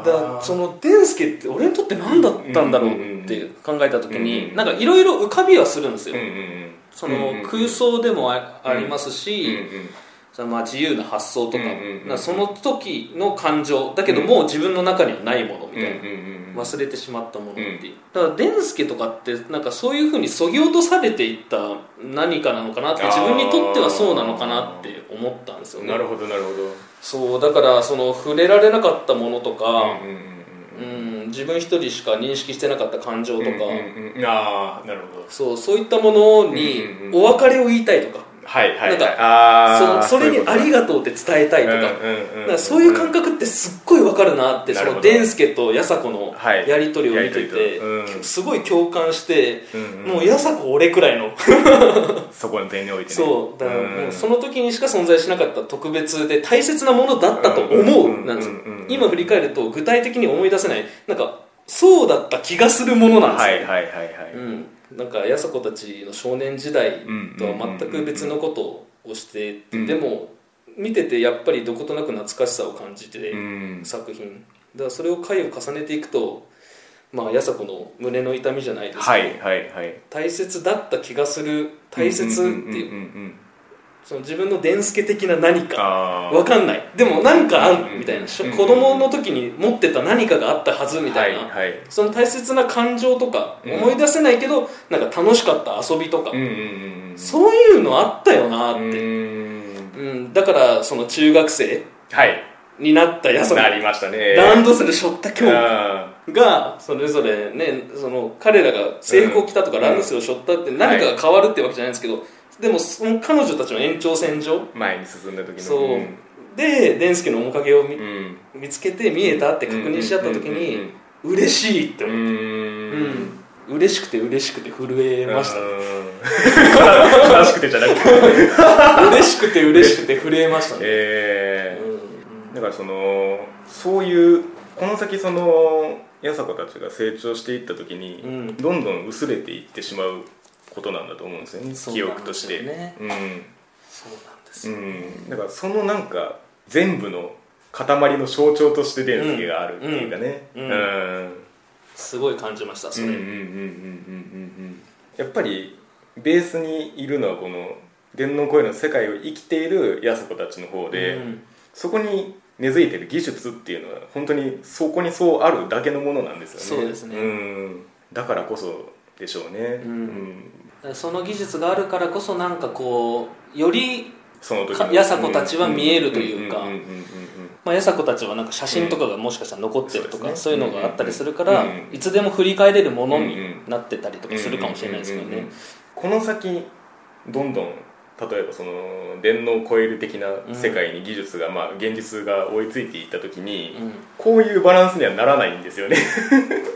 [SPEAKER 1] ほどな
[SPEAKER 2] だからそのデンスケって俺にとって何だったんだろうって考えた時
[SPEAKER 1] うんうんう
[SPEAKER 2] に
[SPEAKER 1] ん
[SPEAKER 2] なんかいろいろ浮かびはするんです
[SPEAKER 1] うんう
[SPEAKER 2] よ
[SPEAKER 1] んうん
[SPEAKER 2] そ
[SPEAKER 1] うんう
[SPEAKER 2] の
[SPEAKER 1] ん
[SPEAKER 2] 空想でもあ
[SPEAKER 1] うん
[SPEAKER 2] あります
[SPEAKER 1] うん
[SPEAKER 2] し
[SPEAKER 1] うん
[SPEAKER 2] そのまあ自由な発想
[SPEAKER 1] う
[SPEAKER 2] とか
[SPEAKER 1] んうんうんうん
[SPEAKER 2] なんかその時の感情だけどもう自分の中にはないものみたいな
[SPEAKER 1] うんうんうん
[SPEAKER 2] 忘れてしまったものっていうだからデンスケとかってなんかそういうふうにそぎ落とされていった何かなのかなって自分にとってはそうなのかなって思ったんですよね
[SPEAKER 1] なるほどなるほど
[SPEAKER 2] そうだからその触れられなかったものとか、
[SPEAKER 1] うんうんうん
[SPEAKER 2] うん、自分一人しか認識してなかった感情とか、
[SPEAKER 1] うんうんうんああなるほど
[SPEAKER 2] そうそういったものに
[SPEAKER 1] うんうんうん
[SPEAKER 2] お別れを言いたいとか、
[SPEAKER 1] はいはいはい
[SPEAKER 2] なんか
[SPEAKER 1] あー
[SPEAKER 2] そそれ
[SPEAKER 1] ういうこ
[SPEAKER 2] に
[SPEAKER 1] と
[SPEAKER 2] ありがとうって伝えたいとか,、
[SPEAKER 1] うん
[SPEAKER 2] だからそういう感覚ってすっごいわかるなって
[SPEAKER 1] な
[SPEAKER 2] そ
[SPEAKER 1] るほ
[SPEAKER 2] の
[SPEAKER 1] ど
[SPEAKER 2] デンスケとやさ子の
[SPEAKER 1] はい
[SPEAKER 2] やり取りを見て
[SPEAKER 1] やり
[SPEAKER 2] て、
[SPEAKER 1] とりとうん
[SPEAKER 2] すごい共感して、
[SPEAKER 1] うんうん
[SPEAKER 2] もうやさ子俺くら いの
[SPEAKER 1] そこの点においてね
[SPEAKER 2] そうだからもうそ
[SPEAKER 1] の
[SPEAKER 2] の時にしか存在しなかった特別で大切なものだったと思うなんですよ
[SPEAKER 1] うんうんうんうん
[SPEAKER 2] 今振り返ると具体的に思い出せないなんかそうだった気がするものなんですよ、
[SPEAKER 1] はいはいはいはい
[SPEAKER 2] うん、なんかやさ子たちの少年時代とは全く別のことをしてて、
[SPEAKER 1] うん
[SPEAKER 2] でも見ててやっぱりどことなく懐かしさを感じて、
[SPEAKER 1] うん
[SPEAKER 2] 作品だからそれを回を重ねていくとまあやさ子の胸の痛みじゃないですけど、
[SPEAKER 1] はいはいはい
[SPEAKER 2] 大切だった気がする大切っていう,、
[SPEAKER 1] んんんん
[SPEAKER 2] その自分の伝助的な何か
[SPEAKER 1] あー
[SPEAKER 2] わかんないでもなんかあ
[SPEAKER 1] うんうんう
[SPEAKER 2] る
[SPEAKER 1] ん
[SPEAKER 2] みたいなしょ
[SPEAKER 1] うんうん
[SPEAKER 2] 子供の時に持ってた何かがあったはずみたいな、
[SPEAKER 1] はいはい
[SPEAKER 2] その大切な感情とか
[SPEAKER 1] うん
[SPEAKER 2] 思い出せないけど、なんか楽しかった遊びとか、
[SPEAKER 1] うんうんうん
[SPEAKER 2] そういうのあったよな
[SPEAKER 1] う
[SPEAKER 2] って、
[SPEAKER 1] ん
[SPEAKER 2] うんだからその中学生
[SPEAKER 1] はい
[SPEAKER 2] になったやそ
[SPEAKER 1] なりましたね
[SPEAKER 2] ランドセル背負った今日
[SPEAKER 1] あ
[SPEAKER 2] がそれぞれねその彼らが制服を着たとか、
[SPEAKER 1] うん
[SPEAKER 2] ランドセルを背負ったって何かが変わるってわけじゃないんですけど、でもその彼女たちの延長線上
[SPEAKER 1] ー前に進んだ時の
[SPEAKER 2] そう、
[SPEAKER 1] ん
[SPEAKER 2] で伝助の面影を見,、
[SPEAKER 1] うん
[SPEAKER 2] 見つけて見えたって確認し合った時に嬉しいって
[SPEAKER 1] う
[SPEAKER 2] 思う、うん
[SPEAKER 1] ん
[SPEAKER 2] 嬉しくて嬉しくて震えました
[SPEAKER 1] た悲しくてじゃなくて
[SPEAKER 2] 嬉しくて嬉しくて震えましたね、
[SPEAKER 1] えー
[SPEAKER 2] うん
[SPEAKER 1] だからそのそういうこの先その八坂たちが成長していった時に、
[SPEAKER 2] うん
[SPEAKER 1] どんどん薄れていってしまうことなんだと思うんですよね
[SPEAKER 2] そう
[SPEAKER 1] 記
[SPEAKER 2] な
[SPEAKER 1] 憶
[SPEAKER 2] ん
[SPEAKER 1] と
[SPEAKER 2] で
[SPEAKER 1] し
[SPEAKER 2] す
[SPEAKER 1] て
[SPEAKER 2] よね
[SPEAKER 1] う
[SPEAKER 2] そうなんです
[SPEAKER 1] ん、
[SPEAKER 2] よ、
[SPEAKER 1] うん、だからそのなんか全部の塊の象徴として伝助があるっていうかね
[SPEAKER 2] うん
[SPEAKER 1] う
[SPEAKER 2] うんんすごい感じましたそれ、
[SPEAKER 1] うんうんうんうんうんうんやっぱりベースにいるのはこの電脳声の世界を生きているやす子たちの方で、
[SPEAKER 2] うん
[SPEAKER 1] そこに根付いてる技術っていうのは本当にそこにそうあるだけのものなんですよね
[SPEAKER 2] そうですね
[SPEAKER 1] うんだからこそでしょうね、
[SPEAKER 2] うんだからその技術があるからこそなんかこうより、
[SPEAKER 1] その時
[SPEAKER 2] か
[SPEAKER 1] の
[SPEAKER 2] やさ子たちは見えるというか
[SPEAKER 1] んんんうんうん
[SPEAKER 2] まあ、やさ子たちはなんか写真とかがもしかしたら残ってるとか、
[SPEAKER 1] うんそ
[SPEAKER 2] そ
[SPEAKER 1] うう
[SPEAKER 2] い
[SPEAKER 1] ですね
[SPEAKER 2] うのがあったりするから、
[SPEAKER 1] うんうん
[SPEAKER 2] いつでも振り返れるもの
[SPEAKER 1] う
[SPEAKER 2] に
[SPEAKER 1] ん
[SPEAKER 2] なってたりとかするかもしれないですけど
[SPEAKER 1] うんうんう
[SPEAKER 2] ね
[SPEAKER 1] んうんこの先どんどん例えばその電脳を超える的な世界に技術が、まあ、現実が追いついていった時に、
[SPEAKER 2] うん
[SPEAKER 1] こういうバランスにはならないんですよね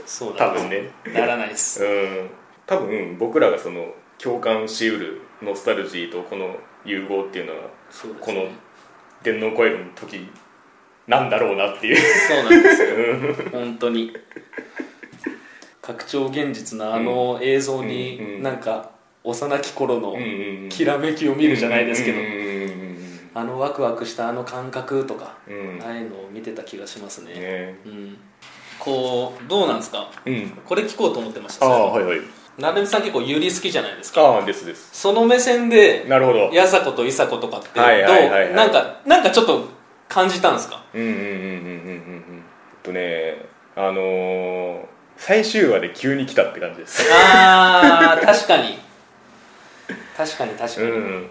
[SPEAKER 2] そう
[SPEAKER 1] 多
[SPEAKER 2] なんで
[SPEAKER 1] 分ね
[SPEAKER 2] すならないです
[SPEAKER 1] うん多分僕らがその共感しうるノスタルジーとこの融合っていうのは
[SPEAKER 2] そうです
[SPEAKER 1] こ
[SPEAKER 2] ね
[SPEAKER 1] の電脳コイルの時なんだろうなっていう
[SPEAKER 2] そうなんですよ本当に拡張現実のあの映像
[SPEAKER 1] うんう
[SPEAKER 2] に
[SPEAKER 1] ん
[SPEAKER 2] なんか幼き頃の
[SPEAKER 1] ん
[SPEAKER 2] きらめきを見るじゃないですけど
[SPEAKER 1] うん
[SPEAKER 2] あのワクワクしたあの感覚とか
[SPEAKER 1] うんうんうんうん
[SPEAKER 2] ああいうのを見てた気がしますね
[SPEAKER 1] ね
[SPEAKER 2] うんこうどうなんですか
[SPEAKER 1] うん
[SPEAKER 2] これ聞こうと思ってまし
[SPEAKER 1] あ
[SPEAKER 2] た
[SPEAKER 1] あはいはい
[SPEAKER 2] なるみさん結構ユリ好きじゃないですか
[SPEAKER 1] ああですです
[SPEAKER 2] その目線で
[SPEAKER 1] なるほど
[SPEAKER 2] やさ子といさ子とかってど
[SPEAKER 1] はいはいはいうはい
[SPEAKER 2] なんかなんかちょっと感じたんですか
[SPEAKER 1] うんうんうんうんうんうんうんとねあのー最終話で急に来たって感じです
[SPEAKER 2] あー確かに確かに確かに、
[SPEAKER 1] うん、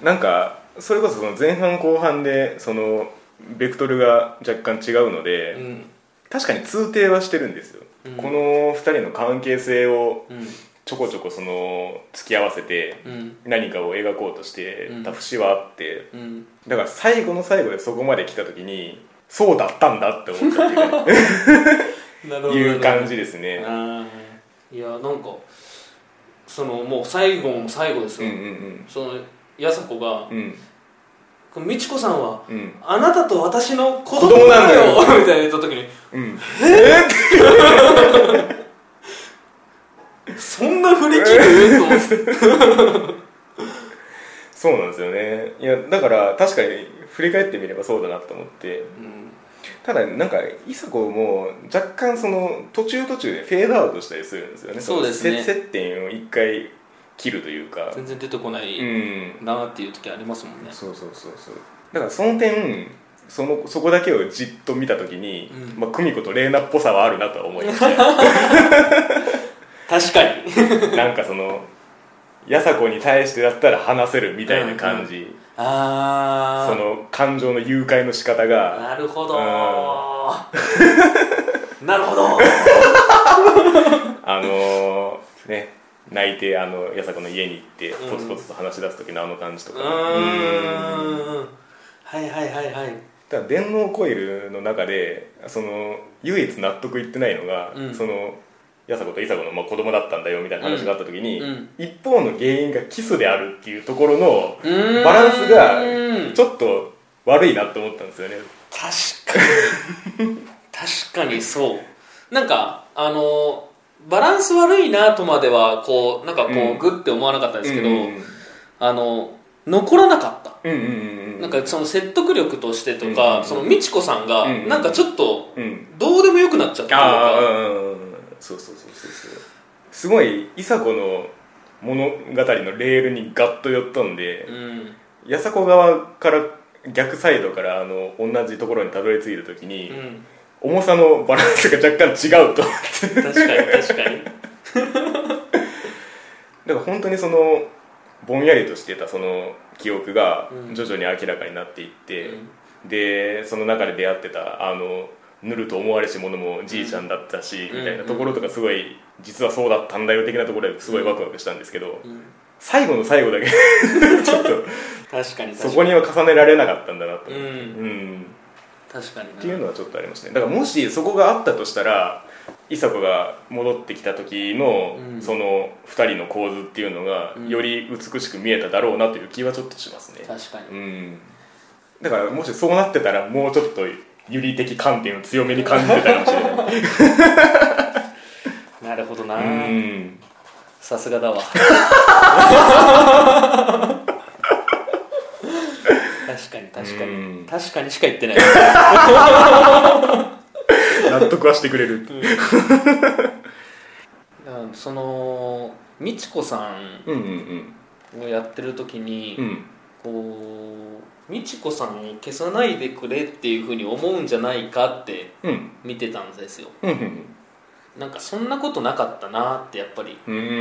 [SPEAKER 1] なんかそれこそその前半後半でそのベクトルが若干違うので、
[SPEAKER 2] うん
[SPEAKER 1] 確かに通底はしてるんですよ、
[SPEAKER 2] うん
[SPEAKER 1] この2人の関係性を
[SPEAKER 2] うん
[SPEAKER 1] ちょこちょこその付き合わせて
[SPEAKER 2] うん
[SPEAKER 1] 何かを描こうとして
[SPEAKER 2] うん
[SPEAKER 1] た節はあって、
[SPEAKER 2] うん
[SPEAKER 1] だから最後の最後でそこまで来た時にそうだったんだって思ったっていうか
[SPEAKER 2] なる
[SPEAKER 1] いう感じですね
[SPEAKER 2] あーいやなんかそのもう最後も最後です
[SPEAKER 1] うん
[SPEAKER 2] よ、
[SPEAKER 1] うんうん
[SPEAKER 2] そのやさ子が
[SPEAKER 1] うん
[SPEAKER 2] 「これ美智子さんは
[SPEAKER 1] うん
[SPEAKER 2] あなたと私の子
[SPEAKER 1] 子
[SPEAKER 2] 供
[SPEAKER 1] 供な
[SPEAKER 2] なん
[SPEAKER 1] ん
[SPEAKER 2] だ
[SPEAKER 1] だ
[SPEAKER 2] よ
[SPEAKER 1] よ」
[SPEAKER 2] みたいな言った時に
[SPEAKER 1] うん
[SPEAKER 2] 「そんな振り切る?」と思 って
[SPEAKER 1] そうなんですよねいやだから確かに振り返ってみればそうだなと思って
[SPEAKER 2] うん
[SPEAKER 1] ただなんかいさこも若干その途中途中でフェードアウトしたりするんですよね
[SPEAKER 2] そうですね
[SPEAKER 1] せ接点を一回切るというか
[SPEAKER 2] 全然出てこな
[SPEAKER 1] う
[SPEAKER 2] い
[SPEAKER 1] ん
[SPEAKER 2] なっていう時ありますもんね
[SPEAKER 1] そうそうそうそうだからその点そのそこだけをじっと見た時に、
[SPEAKER 2] うん
[SPEAKER 1] まあ、久美子と玲奈っぽさはあるなとは思いまし
[SPEAKER 2] 確かに
[SPEAKER 1] たなんかそのやさこに対してだったら話せるみたいな感じ、
[SPEAKER 2] ああ
[SPEAKER 1] その感情の誘拐の仕方が
[SPEAKER 2] なるほどなるほど
[SPEAKER 1] あのーね泣いてあのやさこの家に行って
[SPEAKER 2] うん
[SPEAKER 1] ポツポツと話し出す時のあの感じと
[SPEAKER 2] う
[SPEAKER 1] か、うん
[SPEAKER 2] ーんはいはいはいはい
[SPEAKER 1] ただ電脳コイルの中でその唯一納得いってないのが、
[SPEAKER 2] うん
[SPEAKER 1] そのやさ子といさ子の、まあ、子供だったんだよみたいな話があった時に、
[SPEAKER 2] うん
[SPEAKER 1] 一方の原因がキスであるっていうところの
[SPEAKER 2] うん
[SPEAKER 1] バランスがちょっと悪いなと思ったんですよね
[SPEAKER 2] 確かに確かにそうなんかあのバランス悪いなとまではこうなんかこう、
[SPEAKER 1] うん
[SPEAKER 2] グッて思わなかったですけど、
[SPEAKER 1] うんうん
[SPEAKER 2] あの残らなかった
[SPEAKER 1] うんうんうん
[SPEAKER 2] なんかその説得力としてとか、
[SPEAKER 1] うん
[SPEAKER 2] その美智子さんが、
[SPEAKER 1] うん
[SPEAKER 2] なんかちょっと
[SPEAKER 1] うん
[SPEAKER 2] どうでもよくなっちゃったと
[SPEAKER 1] ああ
[SPEAKER 2] か
[SPEAKER 1] うんそうそうそうそうそうすごいいさ子の物語のレールにガッと寄ったんで、
[SPEAKER 2] うん
[SPEAKER 1] やさこ側から逆サイドからあの同じところにたどり着いた時に、
[SPEAKER 2] うん
[SPEAKER 1] 重さのバランスが若干 違うとだか
[SPEAKER 2] 確かに確かに
[SPEAKER 1] ら本当にそのぼんやりとしてたその記憶が
[SPEAKER 2] うん
[SPEAKER 1] 徐々に明らかになっていって、
[SPEAKER 2] うん
[SPEAKER 1] でその中で出会ってたあのぬると思われし者もじいちゃんだったし、みたいなところとかすごい実はそうだったんだよ的なところですごいワクワクしたんですけど、最後の最後だけ ちょっと
[SPEAKER 2] 確かに確かに
[SPEAKER 1] そこには重ねられなかったんだなと、
[SPEAKER 2] うん
[SPEAKER 1] うん、
[SPEAKER 2] 確かにな
[SPEAKER 1] っていうのはちょっとありましたねだからもしそこがあったとしたら伊佐子が戻ってきた時の、
[SPEAKER 2] うん
[SPEAKER 1] その2人の構図っていうのが、
[SPEAKER 2] うん
[SPEAKER 1] より美しく見えただろうなという気はちょっとしますね
[SPEAKER 2] 確かに
[SPEAKER 1] うんだからもしそうなってたらもうちょっとユリ的観点を強めに感じてたかもしれない
[SPEAKER 2] なるほどな
[SPEAKER 1] うん
[SPEAKER 2] さすがだわ確かに確か
[SPEAKER 1] うん
[SPEAKER 2] に確かにしか言ってない
[SPEAKER 1] 納得はしてくれる
[SPEAKER 2] うん その美智子さん
[SPEAKER 1] うんうん
[SPEAKER 2] をやってる時に、
[SPEAKER 1] うんうん
[SPEAKER 2] こう美智子さんを消さないでくれっていうふうに思うんじゃないかって
[SPEAKER 1] うん
[SPEAKER 2] 見てたんですよ
[SPEAKER 1] うんうん
[SPEAKER 2] なんかそんなことなかったなってやっぱり
[SPEAKER 1] うんうんうんうんう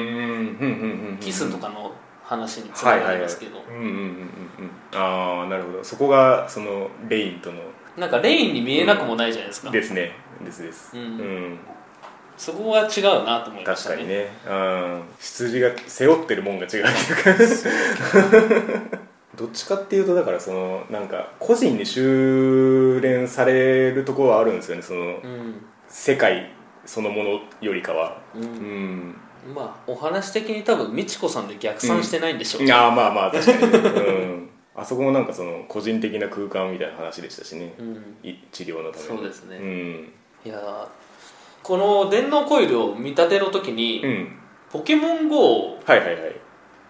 [SPEAKER 1] ん
[SPEAKER 2] キスとかの話につながりますけど、
[SPEAKER 1] はいはいはいうんうんうんうんああなるほどそこがそのレインとの
[SPEAKER 2] なんかレインに見えなくもないじゃないですか、
[SPEAKER 1] ですねですです
[SPEAKER 2] うん
[SPEAKER 1] ん
[SPEAKER 2] そこは違うなと思いま
[SPEAKER 1] 確
[SPEAKER 2] した
[SPEAKER 1] か
[SPEAKER 2] ね
[SPEAKER 1] にねうん羊が背負ってるもんが違うっていうか どっちかっていうとだからそのなんか個人に修練されるところはあるんですよねその世界そのものよりかは
[SPEAKER 2] うん、う
[SPEAKER 1] うんん
[SPEAKER 2] まあお話的に多分美智子さんで逆算してないんでしょう、
[SPEAKER 1] ああまあまあ確かに、ね、 うんあそこもなんかその個人的な空間みたいな話でしたしね、
[SPEAKER 2] うん
[SPEAKER 1] い治療のために
[SPEAKER 2] そうですね
[SPEAKER 1] うん
[SPEAKER 2] いやーこの電脳コイルを見立ての時に、
[SPEAKER 1] うん
[SPEAKER 2] ポケモン GO を
[SPEAKER 1] はいはいはい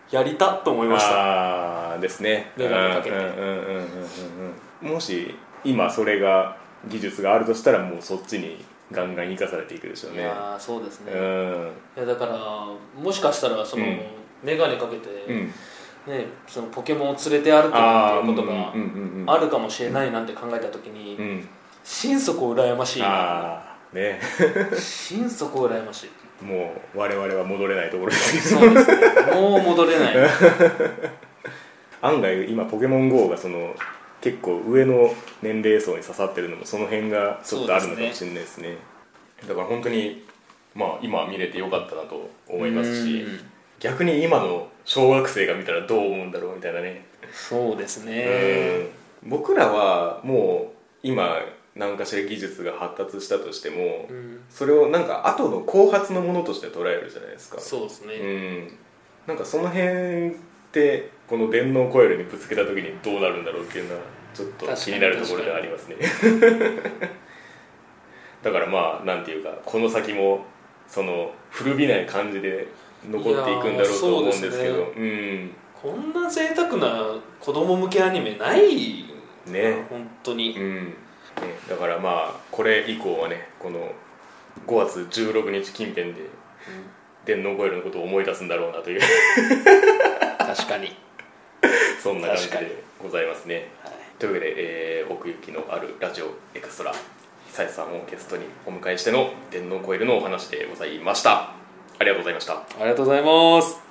[SPEAKER 2] やりたと思いました
[SPEAKER 1] ああーですね
[SPEAKER 2] メガネかけて
[SPEAKER 1] うんうんうんうんうんうんもし今それが技術があるとしたらもうそっちにガンガン生かされていくでしょう
[SPEAKER 2] い
[SPEAKER 1] ね
[SPEAKER 2] やーそうです
[SPEAKER 1] う
[SPEAKER 2] ね、い
[SPEAKER 1] ん
[SPEAKER 2] やだからもしかしたらその、
[SPEAKER 1] うん
[SPEAKER 2] メガネかけて、
[SPEAKER 1] うん
[SPEAKER 2] ね、そのポケモンを連れて歩くなんていうことが
[SPEAKER 1] うんうんうん
[SPEAKER 2] あるかもしれないなんて考えた時に、
[SPEAKER 1] うん
[SPEAKER 2] 心底羨ましいな
[SPEAKER 1] ああね
[SPEAKER 2] 心底羨ましい
[SPEAKER 1] もう我々は戻れないところですけど
[SPEAKER 2] そうですねもう戻れない
[SPEAKER 1] 案外今ポケモン GO がその結構上の年齢層に刺さってるのもその辺がちょっとあるのかもしれないですねだから本当にまあ今見れてよかったなと 思いますし
[SPEAKER 2] うん
[SPEAKER 1] 逆に今の小学生が見たらどう思うんだろうみたいなね、
[SPEAKER 2] そうですね
[SPEAKER 1] うん僕らはもう今何かしら技術が発達したとしても、
[SPEAKER 2] うん
[SPEAKER 1] それをなんか後の後発のものとして捉えるじゃないですか
[SPEAKER 2] そうですね、
[SPEAKER 1] うん、なんかその辺ってこの電脳コイルにぶつけた時にどうなるんだろうっていうのはちょっと
[SPEAKER 2] 確かに
[SPEAKER 1] 気になるところではありますねだからまあなんていうかこの先もその古びない感じで残っていくんだろうと思うんですけど
[SPEAKER 2] いやーそうこんな贅沢な子供向けアニメないよ
[SPEAKER 1] うんね
[SPEAKER 2] 本当
[SPEAKER 1] う
[SPEAKER 2] に
[SPEAKER 1] んねだからまあこれ以降はねこの5月16日近辺で電脳コイルのことを思い出すんだろうなという
[SPEAKER 2] 確かに、
[SPEAKER 1] そんな感じ
[SPEAKER 2] 確かに
[SPEAKER 1] でございますね
[SPEAKER 2] はい、
[SPEAKER 1] というわけで、えー奥行きのあるラジオエクストラ久石さんをゲストにお迎えしての電脳コイルのお話でございましたありがとうございました
[SPEAKER 2] ありがとうございます